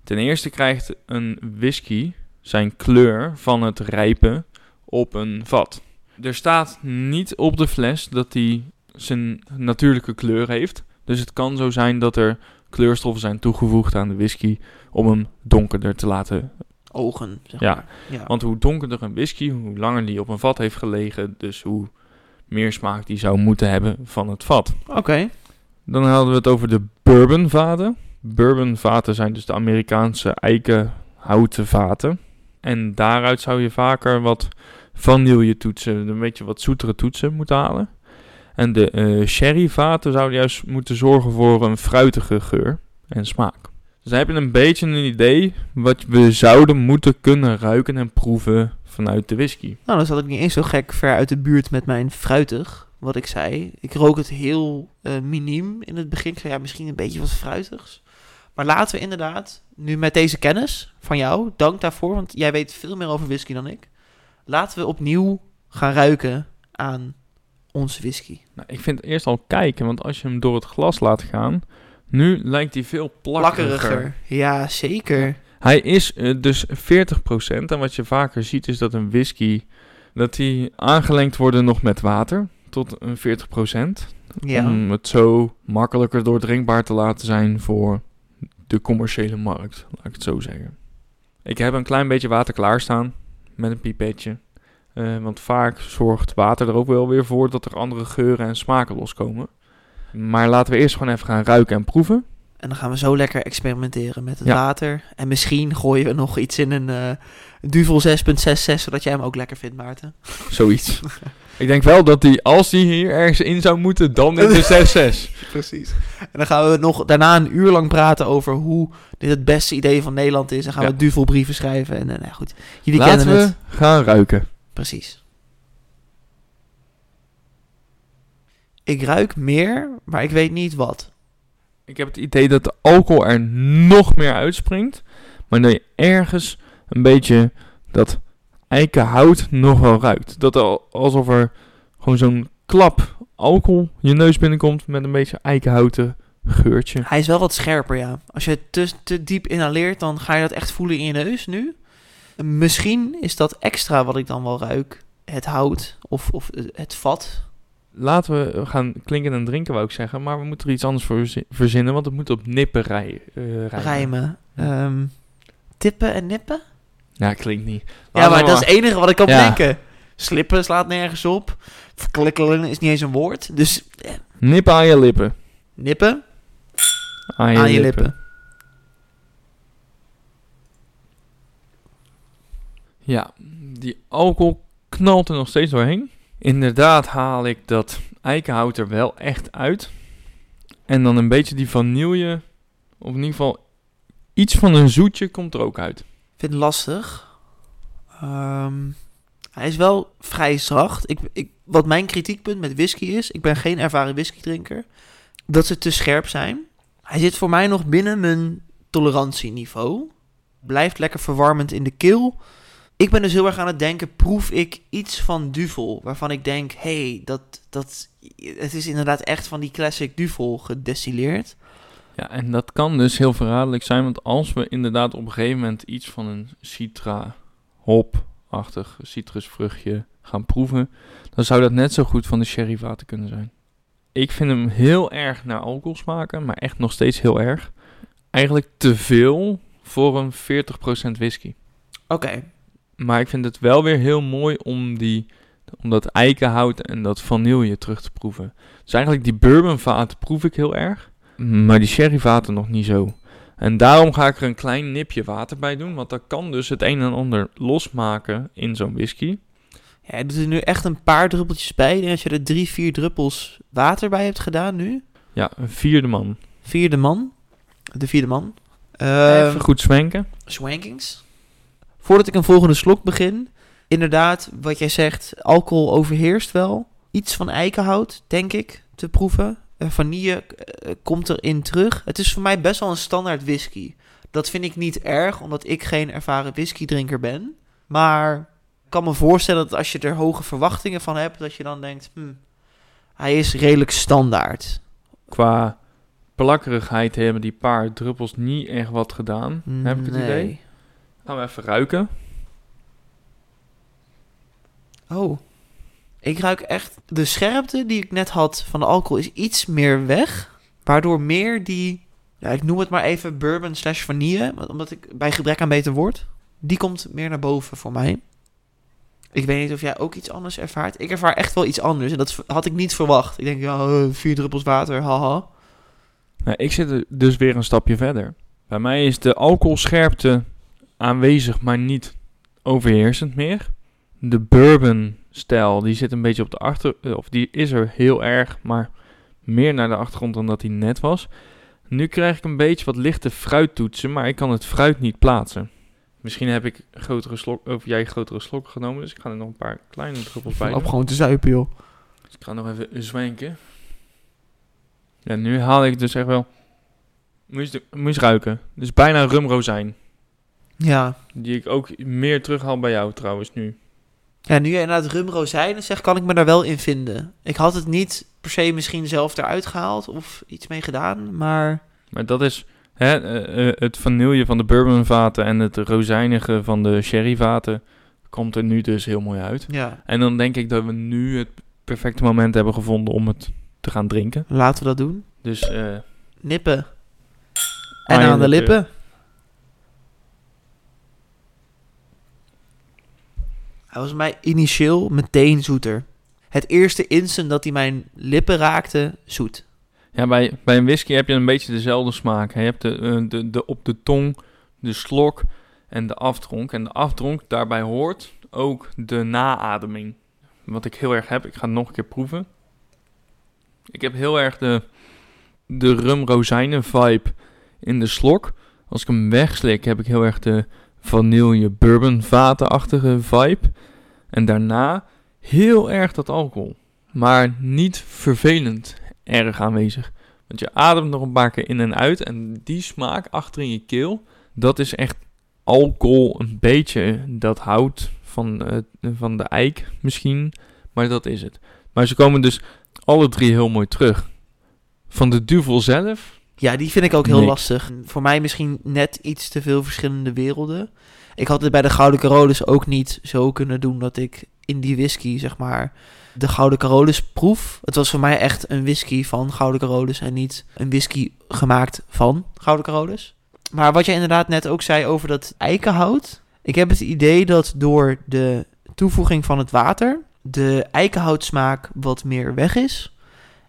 Speaker 2: Ten eerste krijgt een whisky zijn kleur van het rijpen op een vat. Er staat niet op de fles dat hij zijn natuurlijke kleur heeft. Dus het kan zo zijn dat er kleurstoffen zijn toegevoegd aan de whisky om hem donkerder te laten
Speaker 1: Ogen, zeg
Speaker 2: Ja.
Speaker 1: maar. Ja.
Speaker 2: want hoe donkerder een whisky, hoe langer die op een vat heeft gelegen, dus hoe meer smaak die zou moeten hebben van het vat.
Speaker 1: Oké.
Speaker 2: Dan hadden we het over de bourbonvaten. Bourbonvaten zijn dus de Amerikaanse eikenhouten vaten. En daaruit zou je vaker wat vanille toetsen, een beetje wat zoetere toetsen moeten halen. En de eh sherryvaten zouden juist moeten zorgen voor een fruitige geur en smaak. Dus dan heb je een beetje een idee wat we zouden moeten kunnen ruiken en proeven vanuit de whisky.
Speaker 1: Nou, dan zat ik niet eens zo gek ver uit de buurt met mijn fruitig, wat ik zei. Ik rook het heel eh miniem in het begin. Ik zei, ja, misschien een beetje wat fruitigs. Maar laten we inderdaad, nu met deze kennis van jou, dank daarvoor, want jij weet veel meer over whisky dan ik. Laten we opnieuw gaan ruiken aan onze whisky.
Speaker 2: Nou, ik vind eerst al kijken, want als je hem door het glas laat gaan, nu lijkt hij veel plakkeriger.
Speaker 1: Ja, zeker.
Speaker 2: Hij is eh, dus 40%. En wat je vaker ziet is dat een whisky... dat die aangelengd worden nog met water. Tot een 40%.
Speaker 1: Ja.
Speaker 2: Om het zo makkelijker doordrinkbaar te laten zijn voor de commerciële markt. Laat ik het zo zeggen. Ik heb een klein beetje water klaarstaan. Met een pipetje. Eh, want vaak zorgt water er ook wel weer voor dat er andere geuren en smaken loskomen. Maar laten we eerst gewoon even gaan ruiken en proeven.
Speaker 1: En dan gaan we zo lekker experimenteren met het
Speaker 2: Ja.
Speaker 1: water. En misschien gooien we nog iets in een eh, Duvel 6.66, zodat jij hem ook lekker vindt, Maarten.
Speaker 2: Zoiets. ik denk wel dat die, als die hier ergens in zou moeten, dan in de 6-6.
Speaker 1: Precies. En dan gaan we nog daarna een uur lang praten over hoe dit het beste idee van Nederland is. En gaan
Speaker 2: Ja.
Speaker 1: we duvelbrieven schrijven. En eh, nou goed, jullie
Speaker 2: Laten
Speaker 1: kennen
Speaker 2: we
Speaker 1: het.
Speaker 2: gaan ruiken.
Speaker 1: Precies. Ik ruik meer, maar ik weet niet wat.
Speaker 2: Ik heb het idee dat de alcohol er nog meer uitspringt. Maar dat je ergens een beetje dat eikenhout nog wel ruikt. Dat er alsof er gewoon zo'n klap alcohol je neus binnenkomt met een beetje eikenhouten geurtje.
Speaker 1: Hij is wel wat scherper, ja. Als je het te, te diep inhaleert, dan ga je dat echt voelen in je neus nu. Misschien is dat extra wat ik dan wel ruik. Het hout of, of het vat.
Speaker 2: Laten we gaan klinken en drinken, wou ik zeggen. Maar we moeten er iets anders voor verzi- verzinnen, want het moet op nippen rij, eh, rijmen.
Speaker 1: Rijmen. Ehm, tippen en nippen?
Speaker 2: Ja, klinkt niet.
Speaker 1: ja, maar dat is
Speaker 2: echt.
Speaker 1: het enige wat ik kan
Speaker 2: Ja.
Speaker 1: bedenken. Slippen slaat nergens op. Verklikkelen is niet eens een woord. Dus eh,
Speaker 2: Nippen aan je lippen.
Speaker 1: nippen
Speaker 2: Aan je,
Speaker 1: aan je
Speaker 2: lippen.
Speaker 1: lippen.
Speaker 2: Ja, die alcohol knalt er nog steeds doorheen. Inderdaad haal ik dat eikenhout er wel echt uit. En dan een beetje die vanille, of in ieder geval iets van een zoetje komt er ook uit.
Speaker 1: Ik vind het lastig. Ehm, hij is wel vrij zacht. Ik, ik, wat mijn kritiekpunt met whisky is, ik ben geen ervaren whiskydrinker, dat ze te scherp zijn. Hij zit voor mij nog binnen mijn tolerantieniveau. Blijft lekker verwarmend in de keel. Ik ben dus heel erg aan het denken, proef ik iets van duvel? Waarvan ik denk, hé, hey, dat, dat, het is inderdaad echt van die classic duvel gedestilleerd.
Speaker 2: Ja, en dat kan dus heel verraderlijk zijn, want als we inderdaad op een gegeven moment iets van een citra hop-achtig citrusvruchtje gaan proeven, dan zou dat net zo goed van de sherrywater kunnen zijn. Ik vind hem heel erg naar alcohol smaken, maar echt nog steeds heel erg. Eigenlijk te veel voor een 40% whisky.
Speaker 1: Oké,
Speaker 2: Maar ik vind het wel weer heel mooi om, die, om dat eikenhout en dat vanille terug te proeven. Dus eigenlijk die bourbonvaten proef ik heel erg. Maar die sherryvaten nog niet zo. En daarom ga ik er een klein nipje water bij doen. Want dat kan dus het een en ander losmaken in zo'n whisky.
Speaker 1: Ja, je doet er nu echt een paar druppeltjes bij. Ik denk dat je er drie, vier druppels water bij hebt gedaan nu.
Speaker 2: Ja, een vierde man.
Speaker 1: Vierde man. De vierde man. Ehm,
Speaker 2: Even goed zwenken.
Speaker 1: Swankings. Voordat ik een volgende slok begin. Inderdaad, wat jij zegt, alcohol overheerst wel. Iets van eikenhout, denk ik, te proeven. Eh, vanille eh, komt erin terug. Het is voor mij best wel een standaard whisky. Dat vind ik niet erg, omdat ik geen ervaren whiskydrinker ben. Maar ik kan me voorstellen dat als je er hoge verwachtingen van hebt, dat je dan denkt, hm, hij is redelijk standaard.
Speaker 2: Qua plakkerigheid hebben die paar druppels niet echt wat gedaan. Heb ik het
Speaker 1: Nee.
Speaker 2: idee. Gaan we even ruiken.
Speaker 1: Oh. Ik ruik echt de scherpte die ik net had van de alcohol is iets meer weg. Waardoor meer die, ja, ik noem het maar even bourbon slash vanille. want- Omdat ik bij gebrek aan beter woord. Die komt meer naar boven voor mij. Ik weet niet of jij ook iets anders ervaart. Ik ervaar echt wel iets anders. En dat v- had ik niet verwacht. Ik denk, ja, eh, vier druppels water, haha.
Speaker 2: Nou, ik zit er dus weer een stapje verder. Bij mij is de alcoholscherpte aanwezig, maar niet overheersend meer. De bourbon-stijl, die zit een beetje op de achter... eh, Of die is er heel erg, maar meer naar de achtergrond dan dat hij net was. Nu krijg ik een beetje wat lichte fruittoetsen, maar ik kan het fruit niet plaatsen. Misschien heb ik grotere slok, of jij grotere slokken genomen, dus ik ga er nog een paar kleine druppels bij doen.
Speaker 1: Op gewoon te zuipen, joh.
Speaker 2: Dus ik ga nog even zwenken. Ja, nu haal ik dus echt wel... Moet je, moet je eens ruiken. Dus bijna rumrozijn.
Speaker 1: Ja.
Speaker 2: Die ik ook meer terughaal bij jou trouwens nu.
Speaker 1: Ja, nu jij inderdaad rumrozijnen zegt, kan ik me daar wel in vinden. Ik had het niet per se misschien zelf eruit gehaald of iets mee gedaan, maar...
Speaker 2: Maar dat is hè, eh, eh, het vanille van de bourbonvaten en het rozijnige van de sherryvaten komt er nu dus heel mooi uit.
Speaker 1: Ja,
Speaker 2: En dan denk ik dat we nu het perfecte moment hebben gevonden om het te gaan drinken.
Speaker 1: laten we dat doen.
Speaker 2: Dus eh,
Speaker 1: Nippen. En
Speaker 2: Aan je
Speaker 1: aan de
Speaker 2: lippen.
Speaker 1: lippen. Hij was mij initieel meteen zoeter. Het eerste instant dat hij mijn lippen raakte, zoet.
Speaker 2: Ja, bij, bij een whisky heb je een beetje dezelfde smaak. hè. Je hebt de, eh, de, de, op de tong, de slok en de afdronk. En de afdronk, daarbij hoort ook de naademing. Wat ik heel erg heb, ik ga het nog een keer proeven. Ik heb heel erg de, de rum-rozijnen vibe in de slok. Als ik hem wegslik, heb ik heel erg de vanille bourbon vatenachtige vibe. En daarna heel erg dat alcohol. Maar niet vervelend erg aanwezig. Want je ademt nog een paar keer in en uit. En die smaak achter in je keel, dat is echt alcohol. Een beetje dat hout van, eh, van de eik misschien. Maar dat is het. Maar ze komen dus alle drie heel mooi terug. Van de duvel zelf.
Speaker 1: Ja, die vind ik ook heel
Speaker 2: Niks.
Speaker 1: lastig. Voor mij misschien net iets te veel verschillende werelden. Ik had het bij de Gouden Carolus ook niet zo kunnen doen dat ik in die whisky, zeg maar, de Gouden Carolus proef. Het was voor mij echt een whisky van Gouden Carolus en niet een whisky gemaakt van Gouden Carolus. Maar wat jij inderdaad net ook zei over dat eikenhout. Ik heb het idee dat door de toevoeging van het water de eikenhoutsmaak wat meer weg is.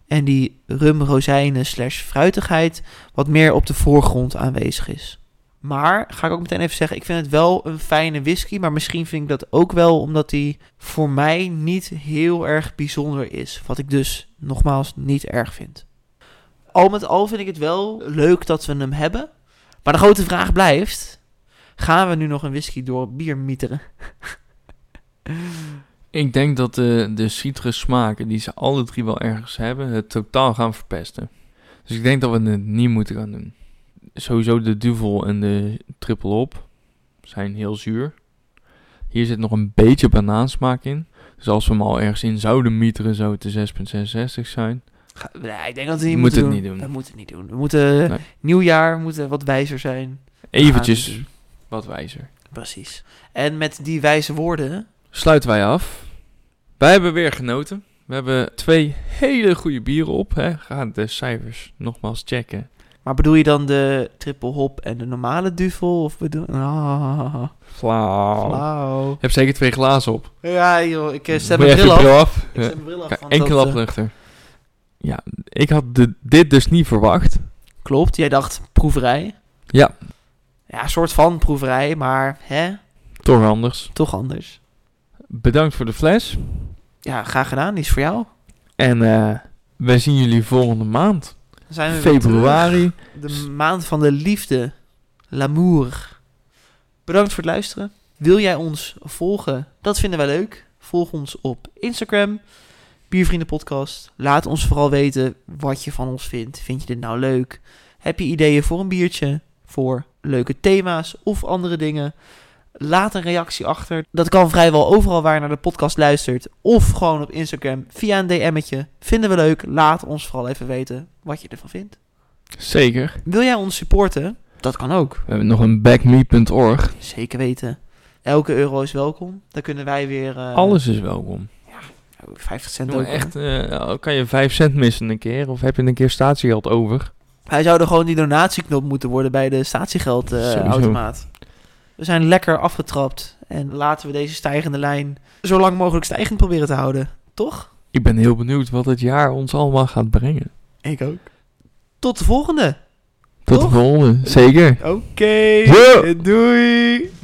Speaker 1: En die rum, rozijnen slash fruitigheid wat meer op de voorgrond aanwezig is. Maar, ga ik ook meteen even zeggen, ik vind het wel een fijne whisky. Maar misschien vind ik dat ook wel omdat die voor mij niet heel erg bijzonder is. Wat ik dus nogmaals niet erg vind. Al met al vind ik het wel leuk dat we hem hebben. Maar de grote vraag blijft: gaan we nu nog een whisky door bier mieteren?
Speaker 2: Ik denk dat de, de citrussmaken die ze alle drie wel ergens hebben, het totaal gaan verpesten. Dus ik denk dat we het niet moeten gaan doen. Sowieso de duvel en de triple op zijn heel zuur. Hier zit nog een beetje banaansmaak in. Dus als we hem al ergens in zouden mieteren, zou het de 6,66 zijn.
Speaker 1: Ga- nee, ik denk dat we het niet
Speaker 2: Moet
Speaker 1: moeten
Speaker 2: het
Speaker 1: doen.
Speaker 2: niet doen.
Speaker 1: We moeten het niet doen. We moeten eh,
Speaker 2: Nee.
Speaker 1: nieuwjaar, we moeten wat wijzer zijn.
Speaker 2: Eventjes
Speaker 1: Ah,
Speaker 2: wat wijzer.
Speaker 1: Precies. En met die wijze woorden.
Speaker 2: Sluiten wij af. Wij hebben weer genoten. We hebben twee hele goede bieren op. Hè. Ga de cijfers nogmaals checken.
Speaker 1: Maar bedoel je dan de triple hop en de normale duvel? Of bedoel. Ah,
Speaker 2: Flauw.
Speaker 1: flauw.
Speaker 2: Je hebt zeker twee glazen op.
Speaker 1: Ja, joh, ik eh, zet
Speaker 2: Moet
Speaker 1: mijn
Speaker 2: je even
Speaker 1: bril af.
Speaker 2: je
Speaker 1: Ik
Speaker 2: bril af?
Speaker 1: zet mijn bril af.
Speaker 2: Ja,
Speaker 1: want
Speaker 2: Enkel
Speaker 1: dat, eh,
Speaker 2: afluchter. Ja, ik had de- dit dus niet verwacht.
Speaker 1: Klopt, jij dacht proeverij.
Speaker 2: Ja.
Speaker 1: Ja, een soort van proeverij, maar hè,
Speaker 2: Toch anders.
Speaker 1: toch anders.
Speaker 2: Bedankt voor de fles.
Speaker 1: Ja, graag gedaan, die is voor jou.
Speaker 2: En eh wij zien jullie volgende maand.
Speaker 1: Dan zijn we weer
Speaker 2: Februari.
Speaker 1: terug. De maand van de liefde. L'amour. Bedankt voor het luisteren. Wil jij ons volgen? Dat vinden wij leuk. Volg ons op Instagram. Biervrienden Podcast. Laat ons vooral weten wat je van ons vindt. Vind je dit nou leuk? Heb je ideeën voor een biertje? Voor leuke thema's of andere dingen? Laat een reactie achter. Dat kan vrijwel overal waar je naar de podcast luistert. Of gewoon op Instagram via een DM'tje. Vinden we leuk. Laat ons vooral even weten wat je ervan vindt.
Speaker 2: Zeker.
Speaker 1: Wil jij ons supporten? Dat kan ook.
Speaker 2: We hebben nog een backme.org.
Speaker 1: Zeker weten. Elke euro is welkom. Dan kunnen wij weer... eh,
Speaker 2: Alles is welkom.
Speaker 1: 50 cent
Speaker 2: Doe
Speaker 1: ook.
Speaker 2: maar
Speaker 1: Echt.
Speaker 2: echt, eh, kan je 5 cent missen een keer? Of heb je een keer statiegeld over?
Speaker 1: Hij zou er gewoon die donatieknop moeten worden bij de
Speaker 2: Sowieso.
Speaker 1: statiegeldautomaat. we zijn lekker afgetrapt. En laten we deze stijgende lijn zo lang mogelijk stijgend proberen te houden. Toch?
Speaker 2: Ik ben heel benieuwd wat het jaar ons allemaal gaat brengen.
Speaker 1: Ik ook. Tot de volgende.
Speaker 2: Tot
Speaker 1: Toch?
Speaker 2: de volgende. Zeker.
Speaker 1: Oké.
Speaker 2: Ja.
Speaker 1: Doei.